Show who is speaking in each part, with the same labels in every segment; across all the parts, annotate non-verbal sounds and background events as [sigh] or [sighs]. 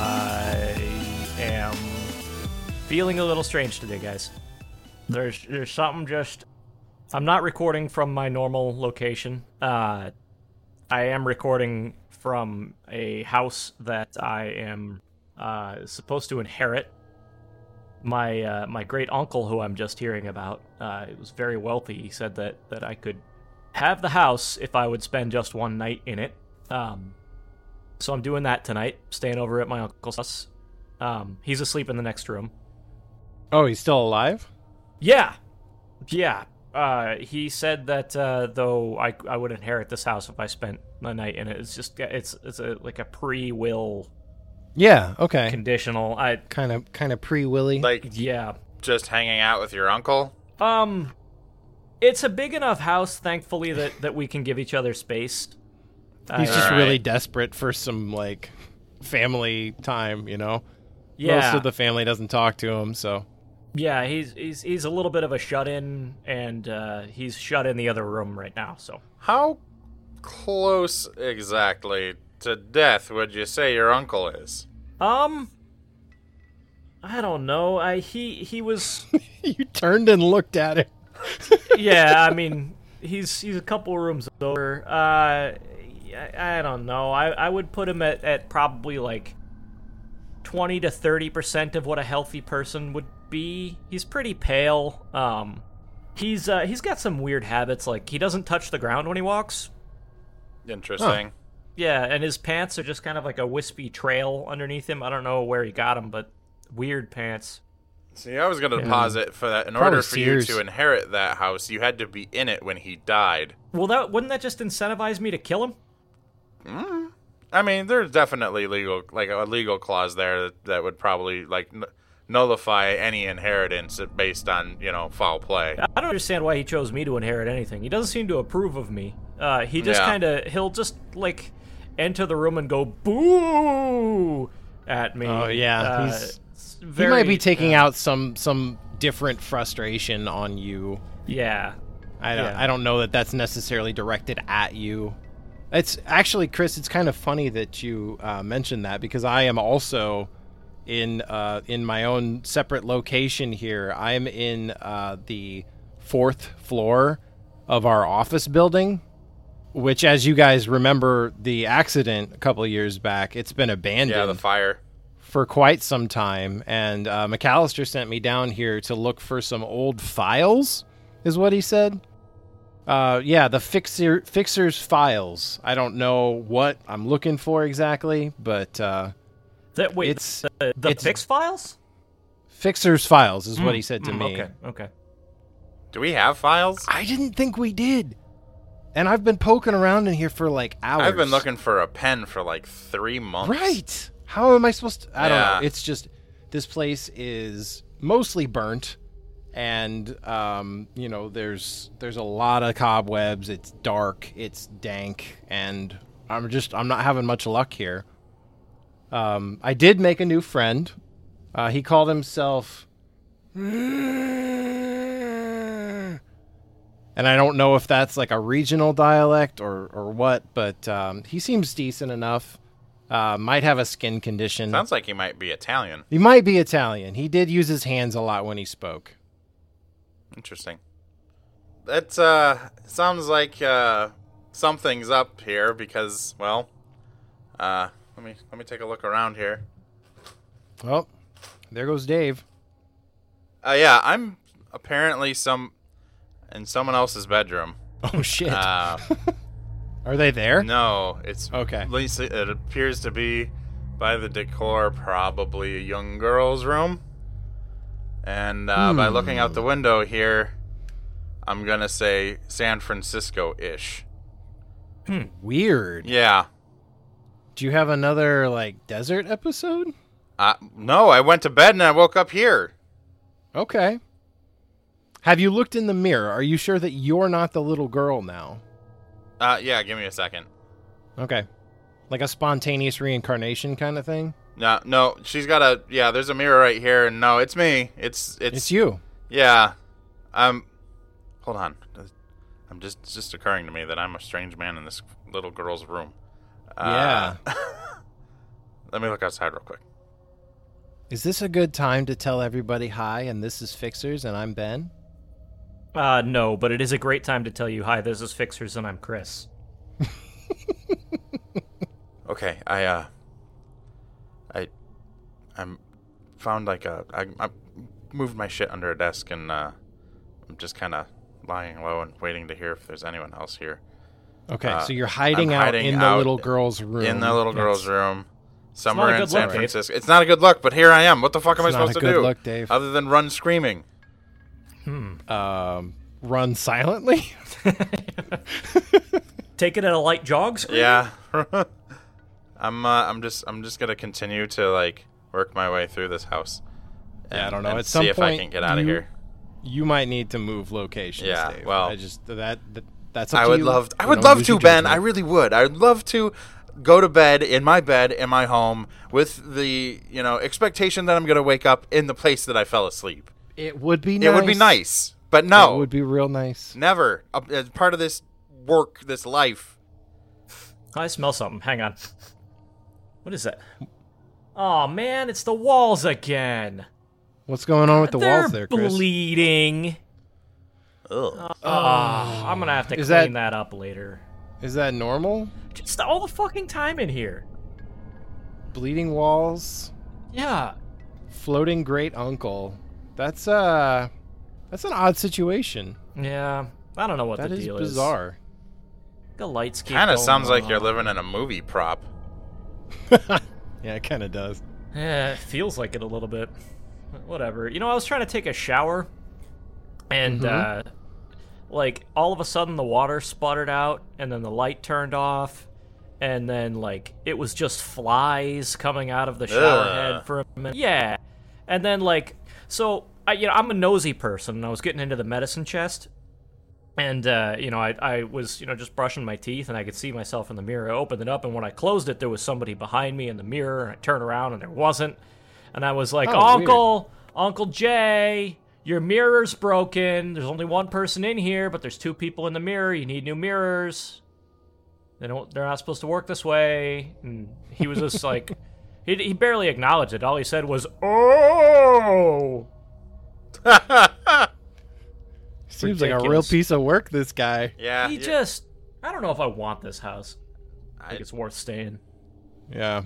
Speaker 1: I am feeling a little strange today, guys. There's there's something just. I'm not recording from my normal location. Uh, I am recording from a house that I am uh, supposed to inherit. My uh, my great uncle, who I'm just hearing about, uh, was very wealthy. He said that that I could have the house if I would spend just one night in it. Um, so I'm doing that tonight, staying over at my uncle's house. Um, he's asleep in the next room.
Speaker 2: Oh, he's still alive?
Speaker 1: Yeah, yeah. Uh, he said that uh, though I, I would inherit this house if I spent the night in it. It's just it's it's a like a pre will
Speaker 2: Yeah, okay.
Speaker 1: conditional. I
Speaker 2: Kind of kind of pre-willy.
Speaker 3: Like
Speaker 1: yeah.
Speaker 3: just hanging out with your uncle?
Speaker 1: Um, it's a big enough house, thankfully that that we can give each other space. Uh, I-
Speaker 2: he's just
Speaker 3: Alright.
Speaker 2: really desperate for some like family time, you know.
Speaker 1: yeah.
Speaker 2: Most of the family doesn't talk to him, so
Speaker 1: Yeah, he's he's he's a little bit of a shut in, and uh, he's shut in the other room right now. So
Speaker 3: How close exactly to death would you say your uncle is?
Speaker 1: Um, I don't know. I he he was.
Speaker 2: [laughs] you turned and looked at him.
Speaker 1: yeah, I mean, he's he's a couple rooms over. Uh, I, I don't know. I I would put him at at probably like twenty to thirty percent of what a healthy person would be. He's pretty pale. Um, he's uh he's got some weird habits. Like he doesn't touch the ground when he walks.
Speaker 3: Interesting.
Speaker 1: Yeah, and his pants are just kind of like a wispy trail underneath him. I don't know where he got them, but weird pants.
Speaker 3: See, I was going to posit for that. In
Speaker 2: Probably
Speaker 3: order for
Speaker 2: Sears.
Speaker 3: you to inherit that house, you had to be in it when he died.
Speaker 1: Well, that wouldn't that just incentivize me to kill him?
Speaker 3: I mean, there's definitely legal, like a legal clause there that, that would probably like n- nullify any inheritance based on you know foul play.
Speaker 1: I don't understand why he chose me to inherit anything. He doesn't seem to approve of me. Uh, he just
Speaker 3: Yeah.
Speaker 1: kind of he'll just like enter the room and go boo at me.
Speaker 2: Oh, yeah,
Speaker 1: Uh,
Speaker 2: he's-
Speaker 1: it's
Speaker 2: He
Speaker 1: very,
Speaker 2: might be taking out some some different frustration on you.
Speaker 1: Yeah,
Speaker 2: I don't,
Speaker 1: Yeah.
Speaker 2: I don't know that that's necessarily directed at you. It's actually, Chris. It's kind of funny that you uh, mentioned that because I am also in uh, in my own separate location here. I'm in uh, the fourth floor of our office building, which, as you guys remember, the accident a couple of years back, it's been abandoned
Speaker 3: Yeah, the fire.
Speaker 2: for quite some time, and uh, McAllister sent me down here to look for some old files, is what he said. Uh, yeah, the fixer fixer's files. I don't know what I'm looking for exactly, but uh,
Speaker 1: that wait,
Speaker 2: It's-
Speaker 1: the, the
Speaker 2: it's-
Speaker 1: fix files.
Speaker 2: fixer's files is what he said to
Speaker 3: Hmm,
Speaker 1: Mm,
Speaker 2: me.
Speaker 1: Okay, okay.
Speaker 3: Do we have files?
Speaker 2: I didn't think we did, and I've been poking around in here for like hours.
Speaker 3: I've been looking for a pen for like three months.
Speaker 2: Right. How am I supposed to? I don't
Speaker 3: Yeah.
Speaker 2: know. It's just this place is mostly burnt, and um, you know, there's there's a lot of cobwebs. It's dark. It's dank, and I'm just I'm not having much luck here. Um, I did make a new friend. Uh, he called himself. And I don't know if that's like a regional dialect or, or what, but um, he seems decent enough. Uh, might have a skin condition.
Speaker 3: Sounds like he might be Italian.
Speaker 2: He might be Italian. He did use his hands a lot when he spoke.
Speaker 3: Interesting. That uh, sounds like uh, something's up here because, well, uh, let me let me take a look around here.
Speaker 2: Well, there goes Dave. [laughs]
Speaker 3: Uh, yeah, I'm apparently some in someone else's bedroom.
Speaker 2: Oh shit!
Speaker 3: Uh,
Speaker 2: Are they there?
Speaker 3: no, it's
Speaker 2: Okay.
Speaker 3: At least it it appears to be by the decor, probably a young girl's room. And uh, by looking out the window here, I'm gonna say San Francisco-ish.
Speaker 2: Weird.
Speaker 3: Yeah.
Speaker 2: Do you have another like desert episode?
Speaker 3: Uh, no, I went to bed and I woke up here.
Speaker 2: Okay. Have you looked in the mirror? Are you sure that you're not the little girl now?
Speaker 3: Uh, yeah, give me a second.
Speaker 2: Okay. Like a spontaneous reincarnation kind of thing?
Speaker 3: No, no, she's got a yeah. There's a mirror right here, and no, it's me. It's it's,
Speaker 2: It's you.
Speaker 3: Yeah. Um, hold on. I'm just it's just occurring to me that I'm a strange man in this little girl's room. Uh,
Speaker 2: yeah.
Speaker 3: [laughs] Let me look outside real quick.
Speaker 2: Is this a good time to tell everybody hi and this is Fixers and I'm Ben?
Speaker 1: Uh, no, but it is a great time to tell you, hi, this is Fixers and I'm Chris.
Speaker 3: Okay, I uh, I, I'm found like a I, I moved my shit under a desk and uh, I'm just kind of lying low and waiting to hear if there's anyone else here
Speaker 2: Okay,
Speaker 3: Uh,
Speaker 2: so you're hiding
Speaker 3: I'm
Speaker 2: out
Speaker 3: hiding
Speaker 2: in the
Speaker 3: out
Speaker 2: little girl's room.
Speaker 3: in the little girl's room somewhere in
Speaker 1: good
Speaker 3: San
Speaker 1: look, Dave.
Speaker 3: Francisco. It's not a good look, but here I am. What the fuck am
Speaker 2: It's
Speaker 3: I
Speaker 2: not a
Speaker 3: supposed to
Speaker 2: good
Speaker 3: do
Speaker 2: look, Dave.
Speaker 3: other than
Speaker 2: [laughs]
Speaker 3: run screaming?
Speaker 2: um, run silently. [laughs]
Speaker 1: Take it at a light jog screen?
Speaker 3: Yeah. [laughs] I'm uh, I'm just I'm just gonna continue to like work my way through this house.
Speaker 2: Yeah, I
Speaker 3: and-
Speaker 2: don't know.
Speaker 3: and
Speaker 2: At some
Speaker 3: see if I
Speaker 2: point,
Speaker 3: can get out of
Speaker 2: you-
Speaker 3: here.
Speaker 2: you might need to move locations.
Speaker 3: Yeah,
Speaker 2: Dave.
Speaker 3: well,
Speaker 2: I just that, that that's. Up
Speaker 3: I
Speaker 2: to
Speaker 3: would
Speaker 2: you.
Speaker 3: love I
Speaker 2: You
Speaker 3: would
Speaker 2: know,
Speaker 3: love
Speaker 2: use
Speaker 3: to,
Speaker 2: your
Speaker 3: Ben. I
Speaker 2: judgment.
Speaker 3: really would. I would love to go to bed in my bed in my home with the you know expectation that I'm gonna wake up in the place that I fell asleep.
Speaker 2: it would be.
Speaker 3: It would be nice, but no,
Speaker 2: It would be real nice.
Speaker 3: never. Uh, As part of this work, this life.
Speaker 1: I smell something. Hang on. What is that? Oh man, it's the walls again.
Speaker 2: What's going on with the
Speaker 1: They're
Speaker 2: walls there, Chris?
Speaker 1: bleeding.
Speaker 3: Ugh.
Speaker 1: Ah, I'm gonna have to
Speaker 2: Is
Speaker 1: clean
Speaker 2: that-
Speaker 1: that... up later.
Speaker 2: Is that normal?
Speaker 1: Just all the fucking time in here.
Speaker 2: Bleeding walls,
Speaker 1: Yeah.
Speaker 2: floating great uncle. That's uh, that's an odd situation.
Speaker 1: Yeah. I don't know what
Speaker 2: That
Speaker 1: the
Speaker 2: is
Speaker 1: deal
Speaker 2: bizarre.
Speaker 1: [laughs] is. The lights keep
Speaker 3: Kind of
Speaker 1: going
Speaker 3: sounds like
Speaker 1: on.
Speaker 3: you're living in a movie prop. [laughs]
Speaker 2: yeah, it kind of does.
Speaker 1: Yeah, Eh, it feels like it a little bit. Whatever. You know, I was trying to take a shower, and uh, like all of a sudden the water sputtered out, and then the light turned off, and then like it was just flies coming out of the shower
Speaker 3: Ugh.
Speaker 1: head for a minute. Yeah, and then like so I you know I'm a nosy person, and I was getting into the medicine chest. And uh, you know, I, I was you know just brushing my teeth, and I could see myself in the mirror. I opened it up, and when I closed it, there was somebody behind me in the mirror. And I turned around, and there wasn't. And I was like,
Speaker 2: Oh, weird.
Speaker 1: "Uncle, Uncle Jay, your mirror's broken. There's only one person in here, but there's two people in the mirror. You need new mirrors. They don't. They're not supposed to work this way." And he was just like, [laughs] he, he barely acknowledged it. All he said was, "Oh."
Speaker 2: Seems like a real
Speaker 1: Ridiculous.
Speaker 2: piece of work. This guy.
Speaker 3: yeah.
Speaker 1: He
Speaker 3: you-
Speaker 1: just. I don't know if I want this house. I think
Speaker 3: I-
Speaker 1: it's worth staying.
Speaker 2: Yeah.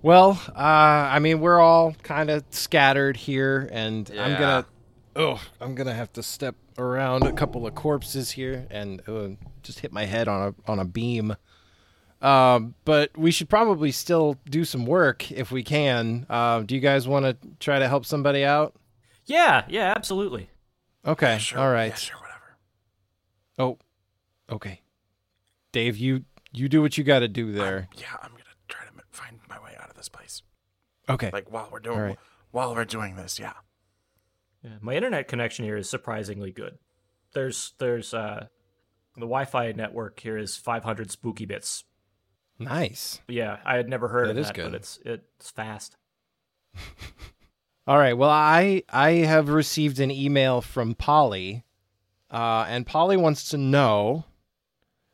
Speaker 2: Well, uh, I mean, we're all kind of scattered here, and I'm
Speaker 3: Yeah.
Speaker 2: gonna, oh, I'm gonna have to step around a couple of corpses here and uh, just hit my head on a on a beam. Um, but we should probably still do some work if we can. Uh, do you guys want to try to help somebody out?
Speaker 1: Yeah, yeah, absolutely.
Speaker 2: Okay.
Speaker 3: sure,
Speaker 2: all right.
Speaker 3: Yeah, sure. Whatever.
Speaker 2: Oh, okay. Dave, you you do what you got to do there.
Speaker 3: Yeah, I'm gonna try to m- find my way out of this place.
Speaker 2: Okay.
Speaker 3: Like while we're doing
Speaker 2: All right.
Speaker 3: while we're doing this. Yeah.
Speaker 1: Yeah, my internet connection here is surprisingly good. There's there's uh the Wi-Fi network here is 500 spooky bits.
Speaker 2: Nice.
Speaker 1: Yeah, I had never heard
Speaker 2: That
Speaker 1: of
Speaker 2: is
Speaker 1: that,
Speaker 2: good.
Speaker 1: but it's it's fast.
Speaker 2: All right. Well, I I have received an email from Polly, uh, and Polly wants to know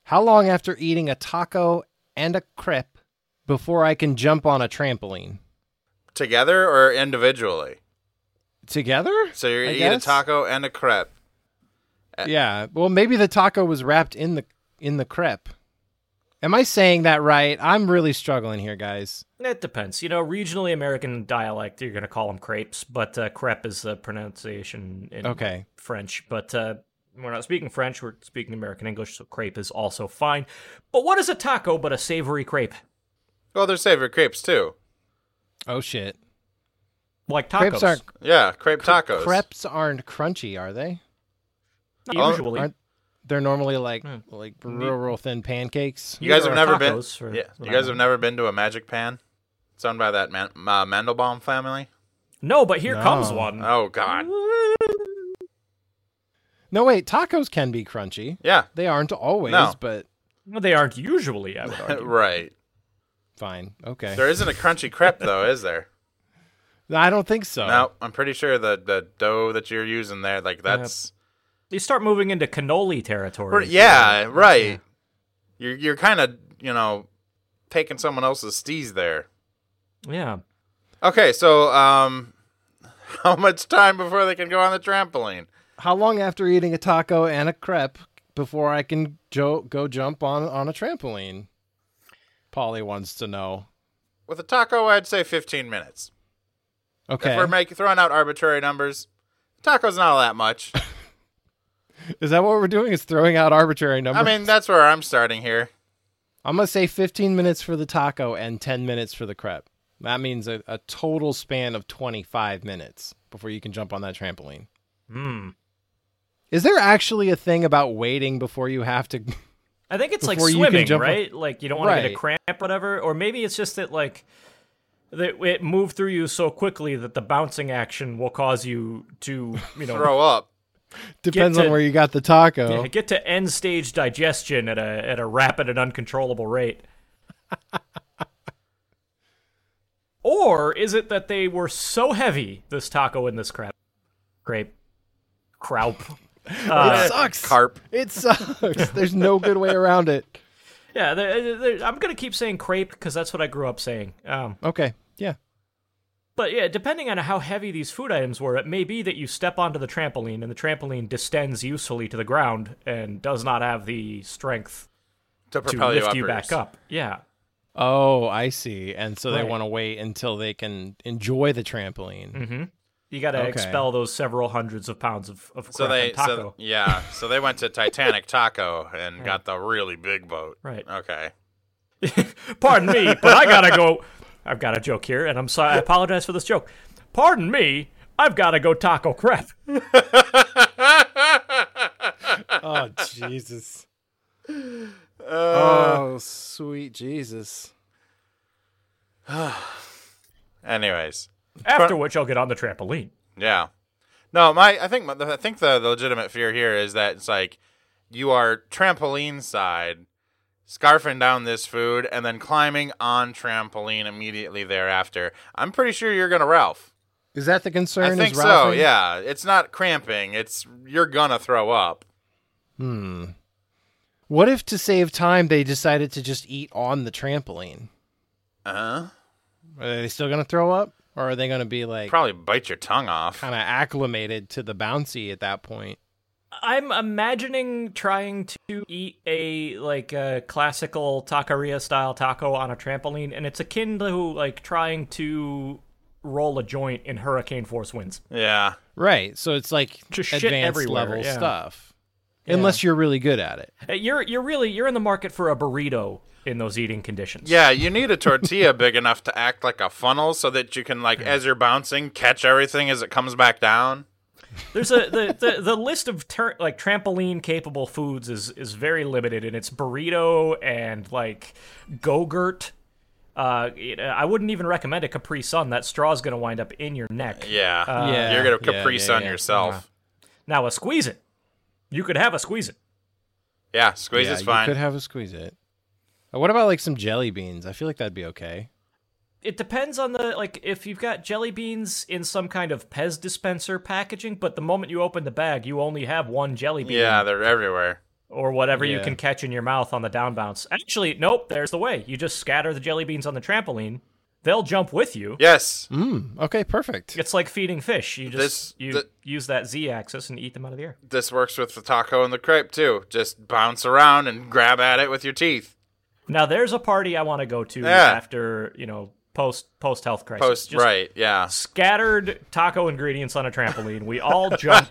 Speaker 2: how long after eating a taco and a crepe before I can jump on a trampoline
Speaker 3: Together or individually?
Speaker 2: together.
Speaker 3: So you
Speaker 2: I
Speaker 3: eat
Speaker 2: guess?
Speaker 3: a taco and a crepe.
Speaker 2: Yeah. Well, maybe the taco was wrapped in the in the crepe. Am I saying that right? I'm really struggling here, guys.
Speaker 1: It depends. You know, regionally American dialect, you're going to call them crepes, but uh, crepe is the pronunciation in
Speaker 2: Okay.
Speaker 1: French. But uh, we're not speaking French, we're speaking American English, so crepe is also fine. But what is a taco but a savory crepe?
Speaker 3: Well, they're savory crepes too.
Speaker 2: Oh shit.
Speaker 1: Like tacos.
Speaker 2: Crepes aren't
Speaker 3: Yeah, crepe tacos.
Speaker 2: crepes aren't crunchy, are they?
Speaker 3: Oh,
Speaker 1: Not usually.
Speaker 2: Aren't they're normally like
Speaker 1: Hmm.
Speaker 2: like real real thin pancakes?
Speaker 3: You guys
Speaker 1: Neither
Speaker 3: have
Speaker 1: are
Speaker 3: never been.
Speaker 1: tacos, for
Speaker 3: Yeah,
Speaker 1: what
Speaker 3: you
Speaker 1: I
Speaker 3: guys
Speaker 1: know.
Speaker 3: have never been to a magic pan. It's owned by that man, uh, Mandelbaum family.
Speaker 1: No, but here
Speaker 2: No.
Speaker 1: comes one.
Speaker 3: Oh God.
Speaker 2: No, wait. Tacos can be crunchy.
Speaker 3: Yeah.
Speaker 2: They aren't always,
Speaker 3: No.
Speaker 2: but
Speaker 1: No, they aren't usually, I would argue.
Speaker 3: [laughs] right.
Speaker 2: fine. Okay.
Speaker 3: There isn't a crunchy crepe though, is there?
Speaker 2: I don't think so.
Speaker 3: No, I'm pretty sure the the dough that you're using there, like that's
Speaker 1: you start moving into cannoli territory.
Speaker 3: Or- yeah, right. You're you're kind of you know taking someone else's steez there.
Speaker 1: Yeah.
Speaker 3: Okay, so um, [laughs] how much time before they can go on the trampoline?
Speaker 2: How long after eating a taco and a crepe before I can jo- go jump on on a trampoline? Polly wants to know.
Speaker 3: With a taco, I'd say 15 minutes.
Speaker 2: Okay,
Speaker 3: If we're making throwing out arbitrary numbers, taco's not all
Speaker 1: [laughs]
Speaker 3: that much.
Speaker 2: is that what we're doing? Is throwing out arbitrary
Speaker 3: I
Speaker 2: numbers?
Speaker 3: mean, that's where I'm starting here.
Speaker 2: I'm gonna say 15 minutes for the taco and 10 minutes for the crepe. That means a, a total span of 25 minutes before you can jump on that trampoline.
Speaker 1: Hmm.
Speaker 2: Is there actually a thing about waiting before you have to? [laughs]
Speaker 1: I think it's
Speaker 2: Before
Speaker 1: like
Speaker 2: you can
Speaker 1: swimming,
Speaker 2: jump on-
Speaker 1: right? Like you don't want to get a
Speaker 2: Right.
Speaker 1: cramp, or whatever. Or maybe it's just that like that it moved through you so quickly that the bouncing action will cause you to you
Speaker 3: [laughs]
Speaker 1: know
Speaker 3: Throw up.
Speaker 2: Depends
Speaker 1: to-
Speaker 2: on where you got the taco.
Speaker 1: yeah, get to end stage digestion at a at a rapid and uncontrollable rate. or is it that they were so heavy this taco and this crap grape craup
Speaker 2: it sucks.
Speaker 3: Carp.
Speaker 2: It sucks. [laughs] There's no good way around it.
Speaker 1: yeah they're, they're- i'm gonna keep saying crepe because that's what i grew up saying um
Speaker 2: Okay. Yeah.
Speaker 1: But yeah, depending on how heavy these food items were, it may be that you step onto the trampoline and the trampoline distends usefully to the ground and does not have the strength
Speaker 3: To
Speaker 1: to
Speaker 3: propel
Speaker 1: lift you,
Speaker 3: upwards.
Speaker 1: back up. Yeah.
Speaker 2: Oh, I see. And so they
Speaker 1: Right.
Speaker 2: want to wait until they can enjoy the trampoline.
Speaker 1: You got to
Speaker 2: Okay.
Speaker 1: expel those several hundreds of pounds of, of
Speaker 3: So
Speaker 1: crap
Speaker 3: they,
Speaker 1: and taco.
Speaker 3: so yeah, so they
Speaker 1: [laughs]
Speaker 3: went to Titanic Taco and got the really big boat.
Speaker 1: Right.
Speaker 3: Okay.
Speaker 1: Pardon me, but I got to
Speaker 3: [laughs]
Speaker 1: go. I've got a joke here, and I'm sorry. I apologize for this joke. Pardon me, I've got to go taco crap.
Speaker 2: Oh Jesus. Uh, oh sweet Jesus.
Speaker 3: Anyways,
Speaker 1: After which I'll get on the trampoline.
Speaker 3: yeah. No, my I think my, I think the, the legitimate fear here is that it's like you are trampoline side, scarfing down this food and then climbing on trampoline immediately thereafter. I'm pretty sure you're gonna Ralph.
Speaker 2: Is that the concern?
Speaker 3: I
Speaker 2: is
Speaker 3: think so.
Speaker 2: Ralphing?
Speaker 3: Yeah, it's not cramping. It's you're gonna throw up.
Speaker 2: What if to save time they decided to just eat on the trampoline?
Speaker 3: Uh huh.
Speaker 2: Are they still gonna throw up? Or are they gonna be like
Speaker 3: Probably bite your tongue off.
Speaker 2: kinda acclimated to the bouncy at that point?
Speaker 1: I'm imagining trying to eat a like a classical taqueria style taco on a trampoline, and it's akin to like trying to roll a joint in hurricane force winds.
Speaker 3: Yeah.
Speaker 2: Right. So it's like
Speaker 1: Just shit
Speaker 2: advanced
Speaker 1: everywhere,
Speaker 2: level
Speaker 1: yeah.
Speaker 2: stuff. Unless you're really good at it.
Speaker 1: Uh, You're you're really you're in the market for a burrito in those eating conditions.
Speaker 3: Yeah, you need a tortilla [laughs] big enough to act like a funnel so that you can like as you're bouncing catch everything as it comes back down.
Speaker 1: There's a the, the, the list of ter- like trampoline capable foods is is very limited, and it's burrito and like go-gurt. Uh, it- I wouldn't even recommend a Capri Sun. That straw's gonna wind up in your neck.
Speaker 3: Yeah.
Speaker 2: Yeah,
Speaker 3: Uh, You're gonna
Speaker 2: yeah,
Speaker 3: Capri
Speaker 2: yeah,
Speaker 3: Sun
Speaker 2: yeah. Uh-huh.
Speaker 3: yourself.
Speaker 1: Now a squeeze it. You could have a squeeze it.
Speaker 3: Yeah, squeeze
Speaker 2: yeah,
Speaker 3: is fine.
Speaker 2: You could have a squeeze it. Uh, What about like some jelly beans? I feel like that'd be okay.
Speaker 1: It depends on the like if you've got jelly beans in some kind of Pez dispenser packaging, but the moment you open the bag, you only have one jelly bean
Speaker 3: yeah, they're everywhere.
Speaker 1: or whatever you
Speaker 2: Yeah.
Speaker 1: can catch in your mouth on the down bounce. Actually, nope, there's the way. You just scatter the jelly beans on the trampoline. They'll jump with you.
Speaker 3: Yes.
Speaker 2: Mm, okay, perfect.
Speaker 1: It's like feeding fish. You just
Speaker 3: This-
Speaker 1: you
Speaker 3: the-
Speaker 1: use that Z axis and eat them out of the air.
Speaker 3: This works with the taco and the crepe too. Just bounce around and grab at it with your teeth.
Speaker 1: Now there's a party I want to go to
Speaker 3: Yeah.
Speaker 1: after, you know, post post health crisis.
Speaker 3: Post
Speaker 1: Just
Speaker 3: right,
Speaker 2: [laughs]
Speaker 3: yeah.
Speaker 1: scattered taco ingredients on a trampoline. We
Speaker 3: [laughs]
Speaker 1: all jump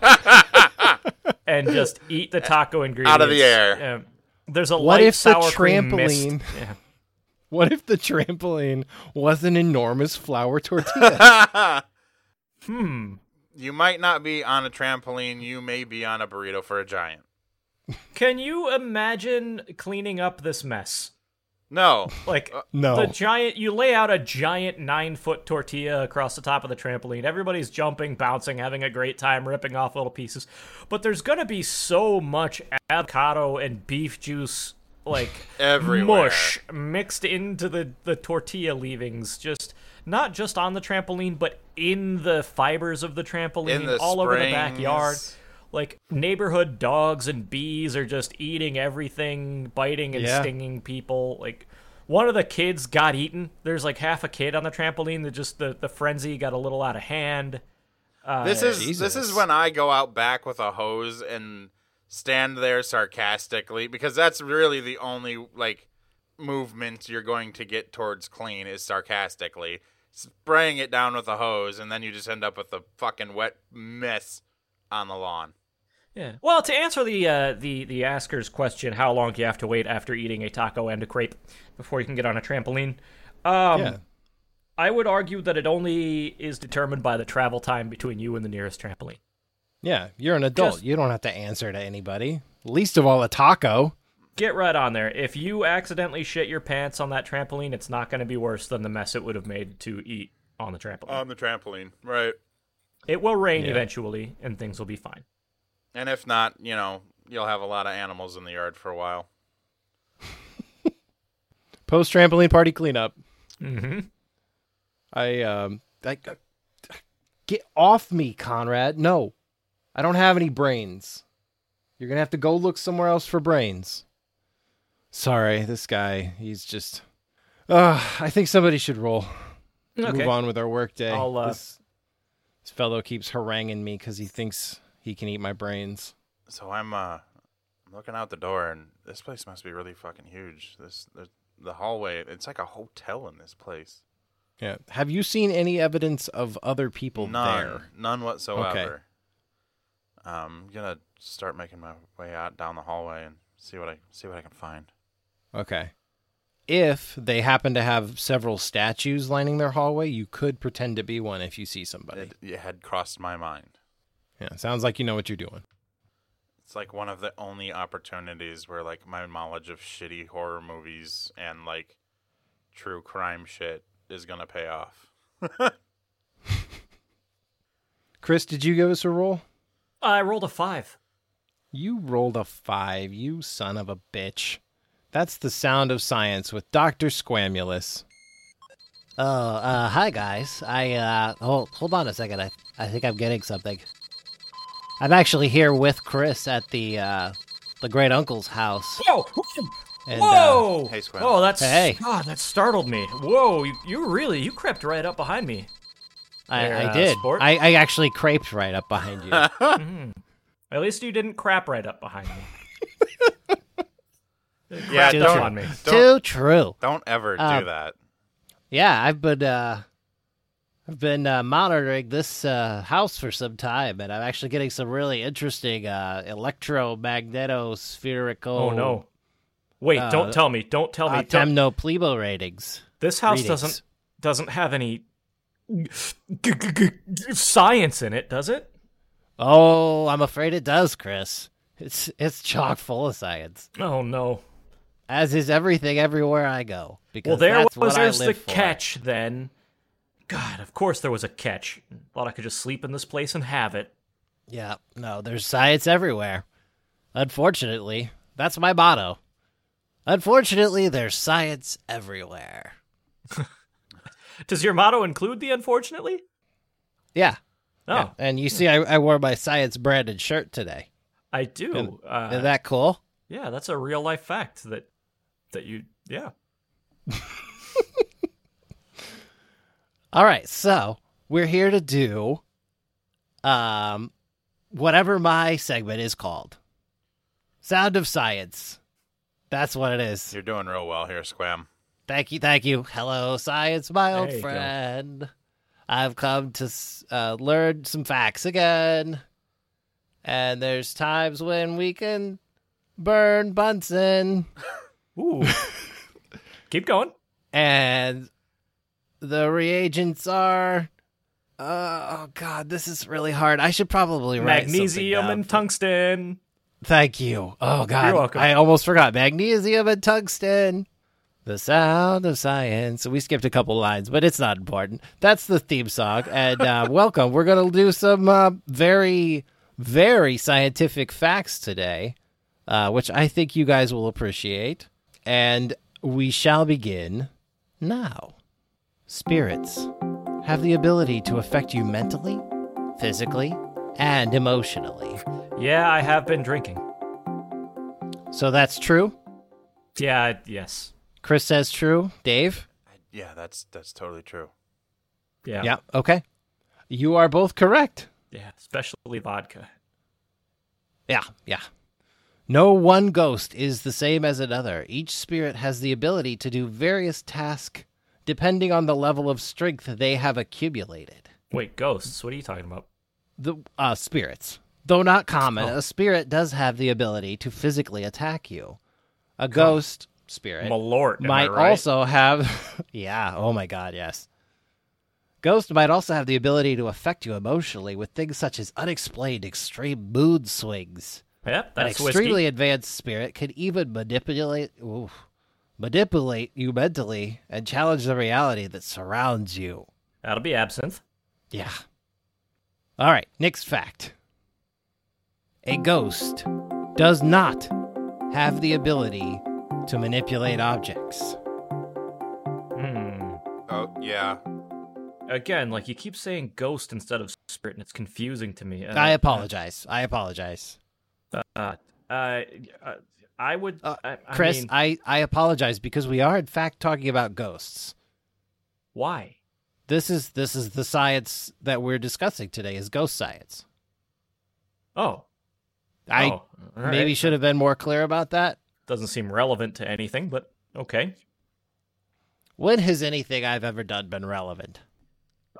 Speaker 1: and just eat the taco ingredients
Speaker 3: Out of the air.
Speaker 1: Um, there's a
Speaker 2: What
Speaker 1: light
Speaker 2: if the
Speaker 1: sour cream mist.
Speaker 2: trampoline-
Speaker 1: Yeah.
Speaker 2: What if the trampoline was an enormous
Speaker 1: [laughs]
Speaker 2: flour tortilla?
Speaker 1: Hmm.
Speaker 3: You might not be on a trampoline, you may be on a burrito for a giant.
Speaker 1: Can you imagine cleaning up this mess?
Speaker 3: Uh, No.
Speaker 1: Like
Speaker 2: no.
Speaker 1: the giant, you lay out a giant nine foot tortilla across the top of the trampoline. Everybody's jumping, bouncing, having a great time, ripping off little pieces. But there's gonna be so much avocado and beef juice, like
Speaker 3: [laughs] Everywhere.
Speaker 1: mush mixed into the the tortilla leavings. Just not just on the trampoline, but in the fibers of the trampoline,
Speaker 3: In the
Speaker 1: all over the backyard.
Speaker 3: springs.
Speaker 1: Like neighborhood dogs and bees are just eating everything, biting and
Speaker 2: Yeah.
Speaker 1: stinging people. Like One of the kids got eaten. There's like half a kid on the trampoline that just the, the frenzy got a little out of hand. Uh,
Speaker 3: This is
Speaker 4: Jesus.
Speaker 3: this is when I go out back with a hose and stand there sarcastically because that's really the only like movement you're going to get towards clean is sarcastically spraying it down with a hose and then you just end up with a fucking wet mess on the lawn.
Speaker 1: Yeah. Well, to answer the uh, the the asker's question, how long you have to wait after eating a taco and a crepe before you can get on a trampoline? Um,
Speaker 4: yeah.
Speaker 1: I would argue that it only is determined by the travel time between you and the nearest trampoline.
Speaker 4: Yeah, you're an adult.
Speaker 1: Just-
Speaker 4: you don't have to answer to anybody. Least of all a taco.
Speaker 1: Get right on there. If you accidentally shit your pants on that trampoline, it's not going to be worse than the mess it would have made to eat on the trampoline.
Speaker 3: On the trampoline, right?
Speaker 1: it will rain
Speaker 4: yeah.
Speaker 1: eventually, and things will be fine.
Speaker 3: And if not, you know, you'll have a lot of animals in the yard for a while.
Speaker 4: Post trampoline party cleanup.
Speaker 2: Mm-hmm.
Speaker 1: hmm
Speaker 4: I um I, get off me, Conrad. No. I don't have any brains. You're going to have to go look somewhere else for brains. Sorry, this guy, he's just Ugh, I think somebody should roll.
Speaker 1: Okay.
Speaker 4: Move on with our workday.
Speaker 1: I'll, uh,
Speaker 4: this, this fellow keeps haranguing me cuz he thinks he can eat my brains.
Speaker 3: So I'm uh I'm looking out the door and this place must be really fucking huge. This the, the hallway, it's like a hotel in this place.
Speaker 4: Yeah. Have you seen any evidence of other people
Speaker 3: none,
Speaker 4: there?
Speaker 3: none whatsoever. Um, I'm gonna start making my way out down the hallway and see what I see what I can find.
Speaker 4: Okay. If they happen to have several statues lining their hallway, you could pretend to be one if you see somebody.
Speaker 3: It, it had crossed my mind.
Speaker 4: yeah, sounds like you know what you're doing.
Speaker 3: It's like one of the only opportunities where like my knowledge of shitty horror movies and like true crime shit is gonna pay off. [laughs]
Speaker 4: Chris, did you give us a roll?
Speaker 1: I rolled a five.
Speaker 4: You rolled a five, you son of a bitch. That's the sound of science with Dr. Squamulus.
Speaker 2: Oh, uh, hi guys. I uh, hold hold on a second. I I think I'm getting something. I'm actually here with Chris at the uh, the great uncle's house.
Speaker 1: Whoa!
Speaker 2: And, Uh,
Speaker 1: Whoa!
Speaker 3: Hey, Squam.
Speaker 1: Oh, that's
Speaker 2: Hey.
Speaker 1: God, that startled me. Whoa! You, you really you crept right up behind me.
Speaker 2: I,
Speaker 1: There,
Speaker 2: I
Speaker 1: uh,
Speaker 2: did.
Speaker 1: sport?
Speaker 2: I, I actually craped right up behind
Speaker 1: [laughs]
Speaker 2: you.
Speaker 1: At least you didn't crap right up behind me.
Speaker 3: Yeah,
Speaker 2: Too
Speaker 1: That's
Speaker 2: true.
Speaker 1: on me.
Speaker 2: Too true.
Speaker 3: Don't ever
Speaker 2: Uh,
Speaker 3: do that.
Speaker 2: Yeah, I've been uh, I've been uh, monitoring this uh, house for some time, and I'm actually getting some really interesting uh, electromagnetospherical.
Speaker 1: Oh no! Wait!
Speaker 2: Uh,
Speaker 1: don't tell me! Don't tell me! Don't-
Speaker 2: Temno Plebo ratings.
Speaker 1: this house
Speaker 2: readings.
Speaker 1: doesn't doesn't have any g- g- g- science in it, does it?
Speaker 2: Oh, I'm afraid it does, Chris. It's it's chock full of science,
Speaker 1: Oh no!
Speaker 2: as is everything everywhere I go. Because
Speaker 1: Well, there
Speaker 2: that's
Speaker 1: was
Speaker 2: what I
Speaker 1: there's the
Speaker 2: live for.
Speaker 1: catch then. God, of course there was a catch. Thought I could just sleep in this place and have it.
Speaker 2: Yeah, no, there's science everywhere. Unfortunately, that's my motto. Unfortunately, there's science everywhere.
Speaker 1: Does your motto include the unfortunately?
Speaker 2: Yeah,
Speaker 1: Oh,
Speaker 2: yeah. and you see, I, I wore my science branded shirt today.
Speaker 1: I do. uh,
Speaker 2: Isn't that cool?
Speaker 1: yeah, that's a real life fact that that you yeah.
Speaker 2: All right, so we're here to do, um, whatever my segment is called, Sound of Science. That's what it is.
Speaker 3: You're doing real well here, Squam.
Speaker 2: Thank you, thank you. Hello, science, my
Speaker 1: There
Speaker 2: old
Speaker 1: you go.
Speaker 2: friend. I've come to s- uh, learn some facts again. And there's times when we can burn Bunsen. [laughs]
Speaker 1: Ooh. Keep going.
Speaker 2: and the reagents are uh, oh god this is really hard i should probably write something
Speaker 1: Magnesium
Speaker 2: down.
Speaker 1: and tungsten.
Speaker 2: thank you oh god
Speaker 1: You're welcome.
Speaker 2: i almost forgot magnesium and tungsten the sound of science we skipped a couple lines but it's not important that's the theme song
Speaker 1: [laughs]
Speaker 2: and uh, welcome we're gonna do some uh, very very scientific facts today uh, which i think you guys will appreciate and we shall begin now Spirits have the ability to affect you mentally, physically, and emotionally.
Speaker 1: Yeah, I have been drinking.
Speaker 2: So that's true?
Speaker 1: Yeah, I- yes.
Speaker 2: Chris says true. Dave?
Speaker 3: Yeah, that's that's totally true.
Speaker 1: Yeah.
Speaker 2: Yeah. Okay. You are both correct.
Speaker 1: Yeah. Especially vodka.
Speaker 2: Yeah, yeah. No one ghost is the same as another. Each spirit has the ability to do various tasks depending on the level of strength they have accumulated.
Speaker 1: Wait, ghosts. What are you talking about?
Speaker 2: The uh, spirits, Oh. though not common, a spirit does have the ability to physically attack you. A ghost spirit
Speaker 1: Malort. am I
Speaker 2: might
Speaker 1: right?
Speaker 2: also have [laughs] yeah oh my god yes ghost might also have the ability to affect you emotionally with things such as unexplained extreme mood swings
Speaker 1: Yep. That's
Speaker 2: an
Speaker 1: whiskey.
Speaker 2: extremely advanced spirit can even manipulate ooh, manipulate you mentally and challenge the reality that surrounds you
Speaker 1: That'll be absinthe.
Speaker 2: yeah all right next fact a ghost does not have the ability to manipulate objects
Speaker 1: Hmm.
Speaker 3: Oh yeah,
Speaker 1: Again, like you keep saying ghost instead of spirit, and it's confusing to me. Uh,
Speaker 2: I apologize. I apologize.
Speaker 1: Uh, uh, uh, I would.
Speaker 2: Uh,
Speaker 1: I, I
Speaker 2: Chris,
Speaker 1: mean,
Speaker 2: I, I apologize because we are in fact talking about ghosts.
Speaker 1: why?
Speaker 2: This is this is the science that we're discussing today is ghost science.
Speaker 1: Oh,
Speaker 2: I
Speaker 1: oh, all
Speaker 2: maybe
Speaker 1: right.
Speaker 2: should have been more clear about that.
Speaker 1: doesn't seem relevant to anything, but okay.
Speaker 2: When has anything I've ever done been relevant?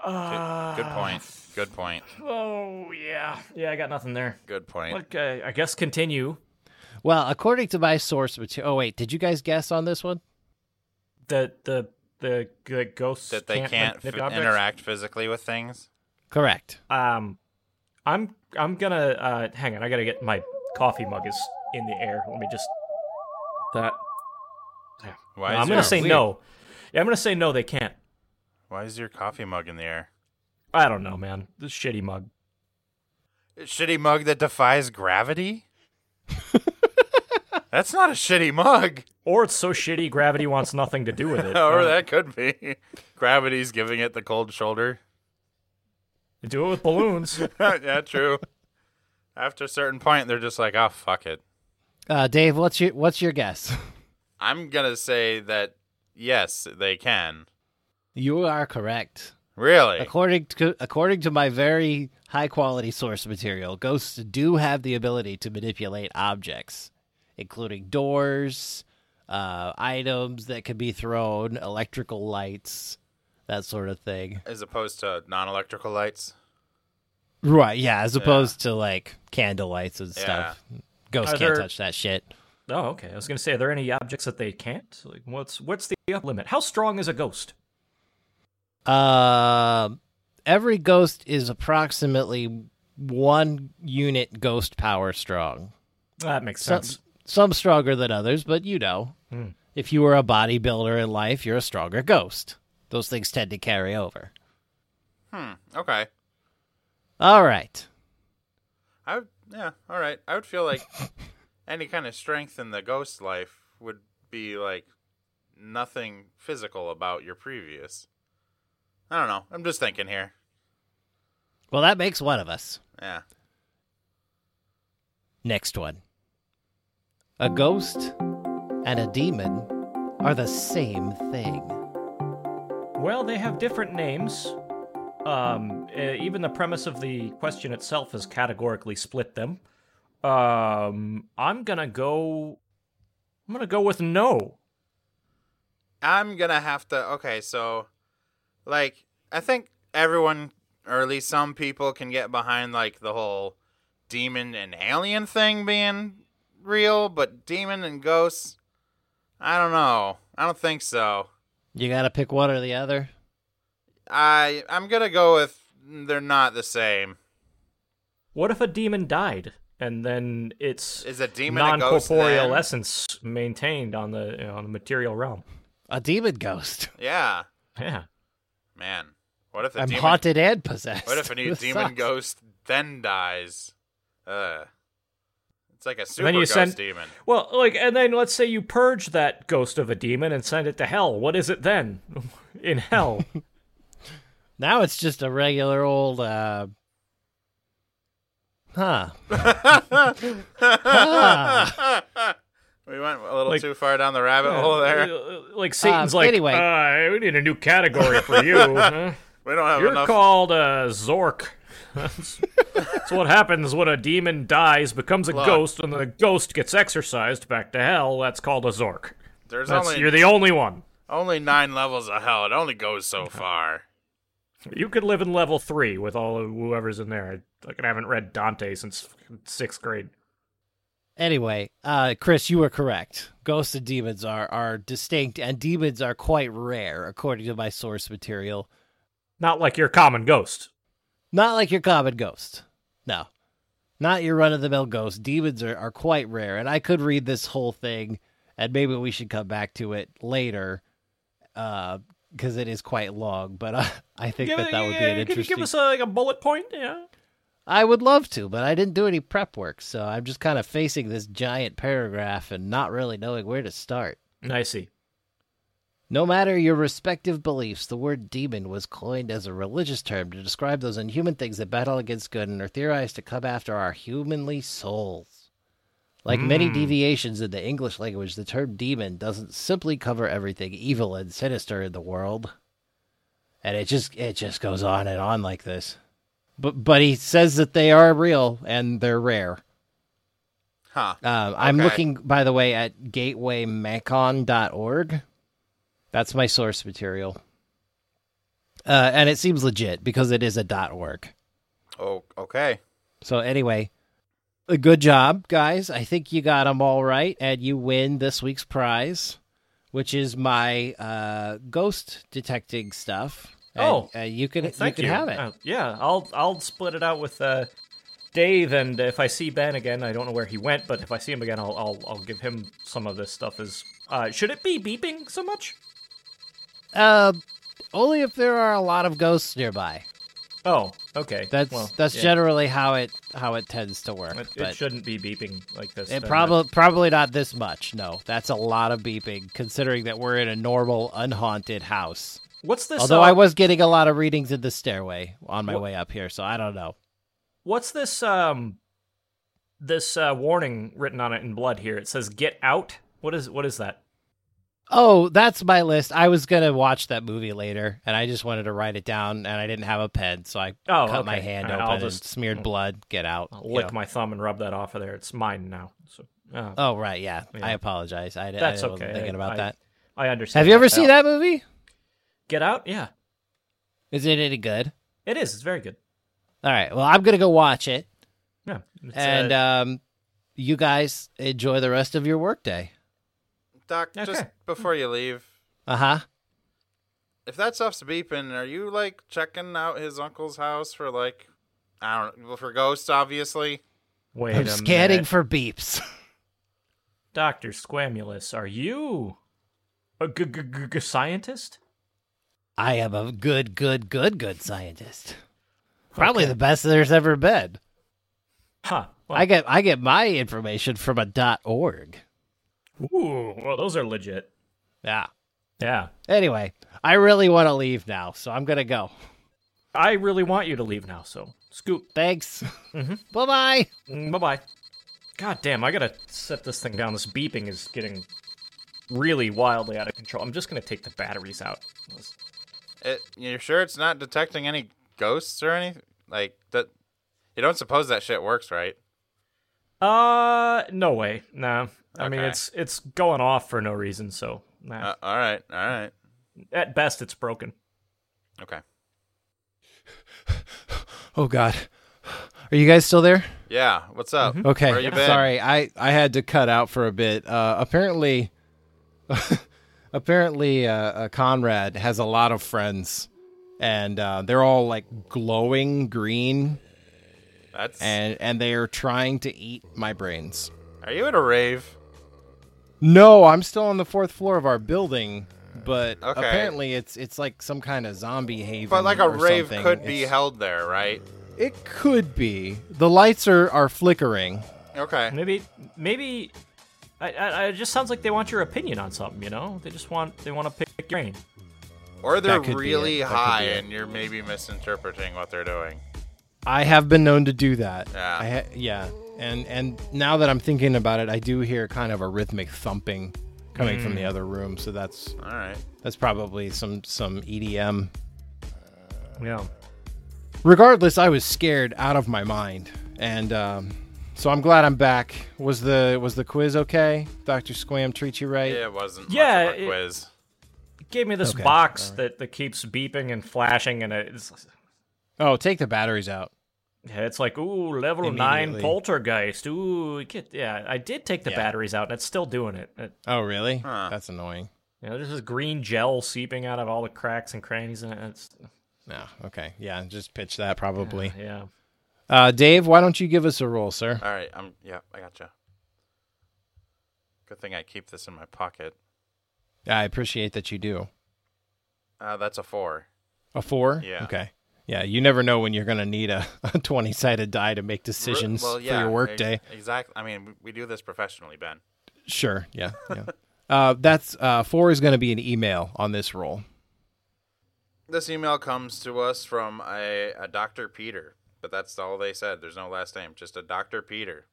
Speaker 1: Uh,
Speaker 3: good point. Good point.
Speaker 1: Oh yeah, yeah. I got nothing there.
Speaker 3: Good point.
Speaker 1: Look, uh, I guess continue.
Speaker 2: Well, according to my source material. Oh wait, did you guys guess on this one?
Speaker 1: The the the, the ghosts
Speaker 3: that they can't,
Speaker 1: manipulate
Speaker 3: f-
Speaker 1: objects?
Speaker 3: interact physically with things.
Speaker 2: Correct.
Speaker 1: Um, I'm I'm gonna uh, hang on. I gotta get my coffee mug is in the air. Let me just that.
Speaker 3: Why?
Speaker 1: I'm
Speaker 3: is
Speaker 1: gonna
Speaker 3: your,
Speaker 1: say no. Yeah, I'm gonna say no. They can't.
Speaker 3: Why is your coffee mug in the air?
Speaker 1: I don't know, man. This shitty mug.
Speaker 3: A shitty mug that defies [laughs] gravity. That's not a shitty mug.
Speaker 1: Or it's so shitty gravity wants nothing to do with it.
Speaker 3: [laughs] or
Speaker 1: Uh,
Speaker 3: that could be. Gravity's giving it the cold shoulder. [laughs]
Speaker 1: Do it with balloons. [laughs]
Speaker 3: yeah, true. After a certain point, they're just like, oh, fuck it.
Speaker 2: Uh, Dave, what's your what's your guess? [laughs]
Speaker 3: I'm going to say that, yes, they can.
Speaker 2: you are correct.
Speaker 3: Really?
Speaker 2: According to according to my very high quality source material, ghosts do have the ability to manipulate objects, including doors, uh, items that can be thrown, electrical lights, that sort of thing.
Speaker 3: As opposed to non electrical lights?
Speaker 2: Right? Yeah, as opposed to like candle lights and stuff. Ghosts
Speaker 1: Are
Speaker 2: can't
Speaker 1: there-
Speaker 2: touch that shit.
Speaker 1: oh, okay. I was gonna say, are there any objects that they can't? Like, what's what's the up limit? How strong is a ghost?
Speaker 2: Um, every ghost is approximately one unit ghost power strong.
Speaker 1: That makes
Speaker 2: some,
Speaker 1: sense.
Speaker 2: some stronger than others, but you know,
Speaker 3: Hmm.
Speaker 2: if you were a bodybuilder in life, you're a stronger ghost. Those things tend to carry over.
Speaker 3: Hmm. Okay.
Speaker 2: All right.
Speaker 3: I would, yeah, all right. I would feel like any kind of strength in the ghost life would be like nothing physical about your previous. I don't know. I'm just thinking here.
Speaker 2: Well, that makes one of us.
Speaker 3: Yeah.
Speaker 2: Next one. A ghost and a demon are the same thing.
Speaker 1: Well, they have different names. Um, e- even the premise of the question itself has categorically split them. Um, I'm gonna go. I'm gonna go with no.
Speaker 3: I'm gonna have to. Okay, so, like, I think everyone, or at least some people, can get behind like the whole demon and alien thing being real, but demon and ghosts, I don't know. I don't think so.
Speaker 2: You got to pick one or the other.
Speaker 3: I I'm gonna go with they're not the same.
Speaker 1: What if a demon died and then its
Speaker 3: Is a demon a ghost?
Speaker 1: non-corporeal
Speaker 3: then?
Speaker 1: essence maintained on the you know, on the material realm?
Speaker 2: A demon ghost.
Speaker 3: Yeah,
Speaker 1: Yeah.
Speaker 3: man. What if a
Speaker 2: I'm
Speaker 3: demon?
Speaker 2: haunted and possessed.
Speaker 3: What if a
Speaker 2: [laughs]
Speaker 3: new
Speaker 2: This
Speaker 3: demon
Speaker 2: sucks.
Speaker 3: ghost then dies? Uh, it's like a super
Speaker 1: then you
Speaker 3: ghost
Speaker 1: send-
Speaker 3: demon.
Speaker 1: Well, like, and then let's say you purge that ghost of a demon and send it to hell. What is it then? [laughs] In hell.
Speaker 2: Now it's just a regular old, uh.
Speaker 3: [laughs]
Speaker 2: Huh. Huh.
Speaker 3: we went went a little
Speaker 1: Like-
Speaker 3: too far down the rabbit [laughs] hole there.
Speaker 1: uh, Like Satan's
Speaker 2: Um,
Speaker 1: like,
Speaker 2: anyway.
Speaker 1: uh, we need a new category for
Speaker 3: [laughs]
Speaker 1: you. huh?
Speaker 3: We don't have
Speaker 1: You're
Speaker 3: enough.
Speaker 1: called uh, Zork. [laughs] That's, that's what happens when a demon dies, becomes a ghost, and the ghost gets exorcised back to hell. That's called a Zork.
Speaker 3: There's
Speaker 1: That's,
Speaker 3: only
Speaker 1: You're the only one.
Speaker 3: only nine levels of hell. It only goes so far.
Speaker 1: You could live in level three with all of whoever's in there. I, like, I haven't read Dante since fucking sixth grade.
Speaker 2: Anyway, uh, Chris, you were correct. Ghosts and demons are, are distinct, and demons are quite rare, according to my source material.
Speaker 1: Not like your common ghost.
Speaker 2: Not like your common ghost. No. Not your run of the mill ghost. Demons are, are quite rare, and I could read this whole thing, and maybe we should come back to it later because it is quite long, but I, [laughs] I think that that would be an interesting.
Speaker 1: a, like a bullet point? Yeah.
Speaker 2: I would love to, but I didn't do any prep work, so I'm just kind of facing this giant paragraph and not really knowing where to start.
Speaker 1: I see.
Speaker 2: No matter your respective beliefs, the word demon was coined as a religious term to describe those inhuman things that battle against good and are theorized to come after our humanly souls. Like many deviations in the English language, the term demon doesn't simply cover everything evil and sinister in the world. And it just it just goes on and on like this. But but he says that they are real and they're rare.
Speaker 3: Huh.
Speaker 2: Um, I'm
Speaker 3: Okay.
Speaker 2: looking, by the way, at gatewaymacon.org. That's my source material. Uh, and it seems legit because it is a dot .org.
Speaker 3: Oh, okay.
Speaker 2: So anyway, uh, good job, guys. I think you got them all right, and you win this week's prize, which is my uh, ghost detecting stuff. And,
Speaker 1: Oh.
Speaker 2: uh, you can you
Speaker 1: Thank
Speaker 2: can have it.
Speaker 1: Uh, yeah, I'll I'll split it out with uh, Dave, and if I see Ben again, I don't know where he went, but if I see him again, I'll I'll, I'll give him some of this stuff. As uh, should it be beeping so much?
Speaker 2: Uh, only if there are a lot of ghosts nearby.
Speaker 1: Oh, okay.
Speaker 2: That's
Speaker 1: Well,
Speaker 2: that's
Speaker 1: yeah.
Speaker 2: generally how it how it tends to work.
Speaker 1: It,
Speaker 2: but-
Speaker 1: it shouldn't be beeping like this.
Speaker 2: It
Speaker 1: then.
Speaker 2: probably probably not this much. No, that's a lot of beeping considering that we're in a normal unhaunted house.
Speaker 1: What's this?
Speaker 2: Although
Speaker 1: uh,
Speaker 2: I was getting a lot of readings in the stairway on my
Speaker 1: Wha-
Speaker 2: way up here, so I don't know.
Speaker 1: What's this? Um, this uh, warning written on it in blood here. It says "Get out." What is what is that?
Speaker 2: Oh, that's my list. I was gonna watch that movie later, and I just wanted to write it down, and I didn't have a pen, so I
Speaker 1: Oh,
Speaker 2: cut
Speaker 1: okay.
Speaker 2: my hand
Speaker 1: All right,
Speaker 2: open
Speaker 1: I'll
Speaker 2: and
Speaker 1: just-
Speaker 2: smeared blood. Get out.
Speaker 1: I'll
Speaker 2: you
Speaker 1: lick
Speaker 2: know.
Speaker 1: my thumb and rub that off of there. It's mine now. So uh,
Speaker 2: Oh right, yeah.
Speaker 1: Yeah.
Speaker 2: I apologize. I, I
Speaker 1: that's
Speaker 2: wasn't
Speaker 1: okay.
Speaker 2: Thinking about
Speaker 1: I,
Speaker 2: that.
Speaker 1: I understand.
Speaker 2: Have you ever
Speaker 1: that.
Speaker 2: seen that movie?
Speaker 1: Get out? Yeah,
Speaker 2: Is it any good?
Speaker 1: it is. It's very good.
Speaker 2: All right. Well, I'm gonna go watch it.
Speaker 1: Yeah. It's, uh,
Speaker 2: and um, you guys enjoy the rest of your workday.
Speaker 3: Doc,
Speaker 1: Okay.
Speaker 3: just before you leave,
Speaker 2: Uh huh.
Speaker 3: if that stuff's beeping, are you like checking out his uncle's house for like, I don't know, for ghosts, obviously?
Speaker 1: wait
Speaker 2: I'm
Speaker 1: a
Speaker 2: scanning
Speaker 1: minute.
Speaker 2: for beeps. [laughs]
Speaker 1: Doctor Squamulus. Are you a g- g- g- g- scientist?
Speaker 2: I am a good, good, good, good scientist. Probably the best there's ever been.
Speaker 1: Huh. Well,
Speaker 2: I get I get my information from a dot org.
Speaker 1: ooh, well, those are legit.
Speaker 2: Yeah.
Speaker 1: Yeah.
Speaker 2: Anyway, I really want to leave now, so I'm gonna go.
Speaker 1: I really want you to leave now, so scoot.
Speaker 2: Thanks. [laughs] bye bye.
Speaker 1: Bye bye. God damn, I gotta set this thing down. This beeping is getting really wildly out of control. I'm just gonna take the batteries out.
Speaker 3: It, you're sure it's not detecting any ghosts or anything? Like, that. you don't suppose that shit works, right?
Speaker 1: Uh, no way. Nah. I mean,
Speaker 3: Okay.
Speaker 1: it's it's going off for no reason, so nah.
Speaker 3: Uh, all right, all right.
Speaker 1: At best, it's broken.
Speaker 3: Okay.
Speaker 2: Oh God. [sighs] Are you guys still there?
Speaker 3: Yeah, what's up?
Speaker 2: Mm-hmm.
Speaker 5: Okay,
Speaker 3: Where you been?
Speaker 5: sorry, I I had to cut out for a bit. Uh, apparently, [laughs] apparently, uh, uh, Conrad has a lot of friends, and uh, they're all like glowing green,
Speaker 3: That's.
Speaker 5: and and they are trying to eat my brains.
Speaker 3: Are you at a rave?
Speaker 5: No, I'm still on the fourth floor of our building, but
Speaker 3: Okay.
Speaker 5: apparently it's it's like some kind of zombie haven.
Speaker 3: But like a
Speaker 5: or
Speaker 3: rave
Speaker 5: something.
Speaker 3: could be
Speaker 5: It's-
Speaker 3: held there, right?
Speaker 5: It could be. The lights are are flickering.
Speaker 3: Okay.
Speaker 1: Maybe, maybe. I, I, I- it just sounds like they want your opinion on something. You know, they just want they want to pick your brain.
Speaker 3: Or they're
Speaker 5: That could be
Speaker 3: really
Speaker 5: it. That could
Speaker 3: high
Speaker 5: be it.
Speaker 3: and you're maybe misinterpreting what they're doing.
Speaker 5: I have been known to do that.
Speaker 3: Yeah.
Speaker 5: I ha- yeah.
Speaker 2: and and now that I'm thinking about it, I do hear kind of a rhythmic thumping coming from the
Speaker 1: Mm.
Speaker 2: other room. So that's
Speaker 3: All right.
Speaker 2: that's probably some some E EDM.
Speaker 1: Yeah.
Speaker 2: Regardless, I was scared out of my mind, and um, so I'm glad I'm back. Was the was the quiz okay? Doctor Squam treat you right?
Speaker 3: It wasn't
Speaker 1: Yeah,
Speaker 3: much of a
Speaker 1: it-
Speaker 3: quiz.
Speaker 1: It gave me this box that, that keeps beeping and flashing, and it's
Speaker 2: Oh, take the batteries out.
Speaker 1: Yeah, it's like ooh, level nine
Speaker 2: Immediately.
Speaker 1: poltergeist. Ooh, get, yeah. I did take the batteries out, and it's still doing it. it.
Speaker 2: Oh, really? That's annoying.
Speaker 1: You know, there's this green gel seeping out of all the cracks and crannies in it. It's,
Speaker 2: No. Okay. Yeah. Just pitch that probably.
Speaker 1: yeah.
Speaker 2: Uh, Dave, why don't you give us a roll, sir?
Speaker 3: All right, I'm. Yeah, I gotcha. Good thing I keep this in my pocket.
Speaker 2: I appreciate that you do.
Speaker 3: Uh, that's a four.
Speaker 2: A four?
Speaker 3: Yeah.
Speaker 2: Okay. Yeah, you never know when you're going to need a, [laughs] a 20 sided die to make
Speaker 3: R-
Speaker 2: decisions
Speaker 3: well, yeah,
Speaker 2: for your
Speaker 3: ex-
Speaker 2: workday.
Speaker 3: Exactly. I mean, we, we do this professionally, Ben.
Speaker 2: Sure. Yeah. Yeah. [laughs] uh, that's uh, four is going to be an email on this roll.
Speaker 3: This email comes to us from a, a Dr. Peter, but that's all they said. There's no last name, just a Dr. Peter.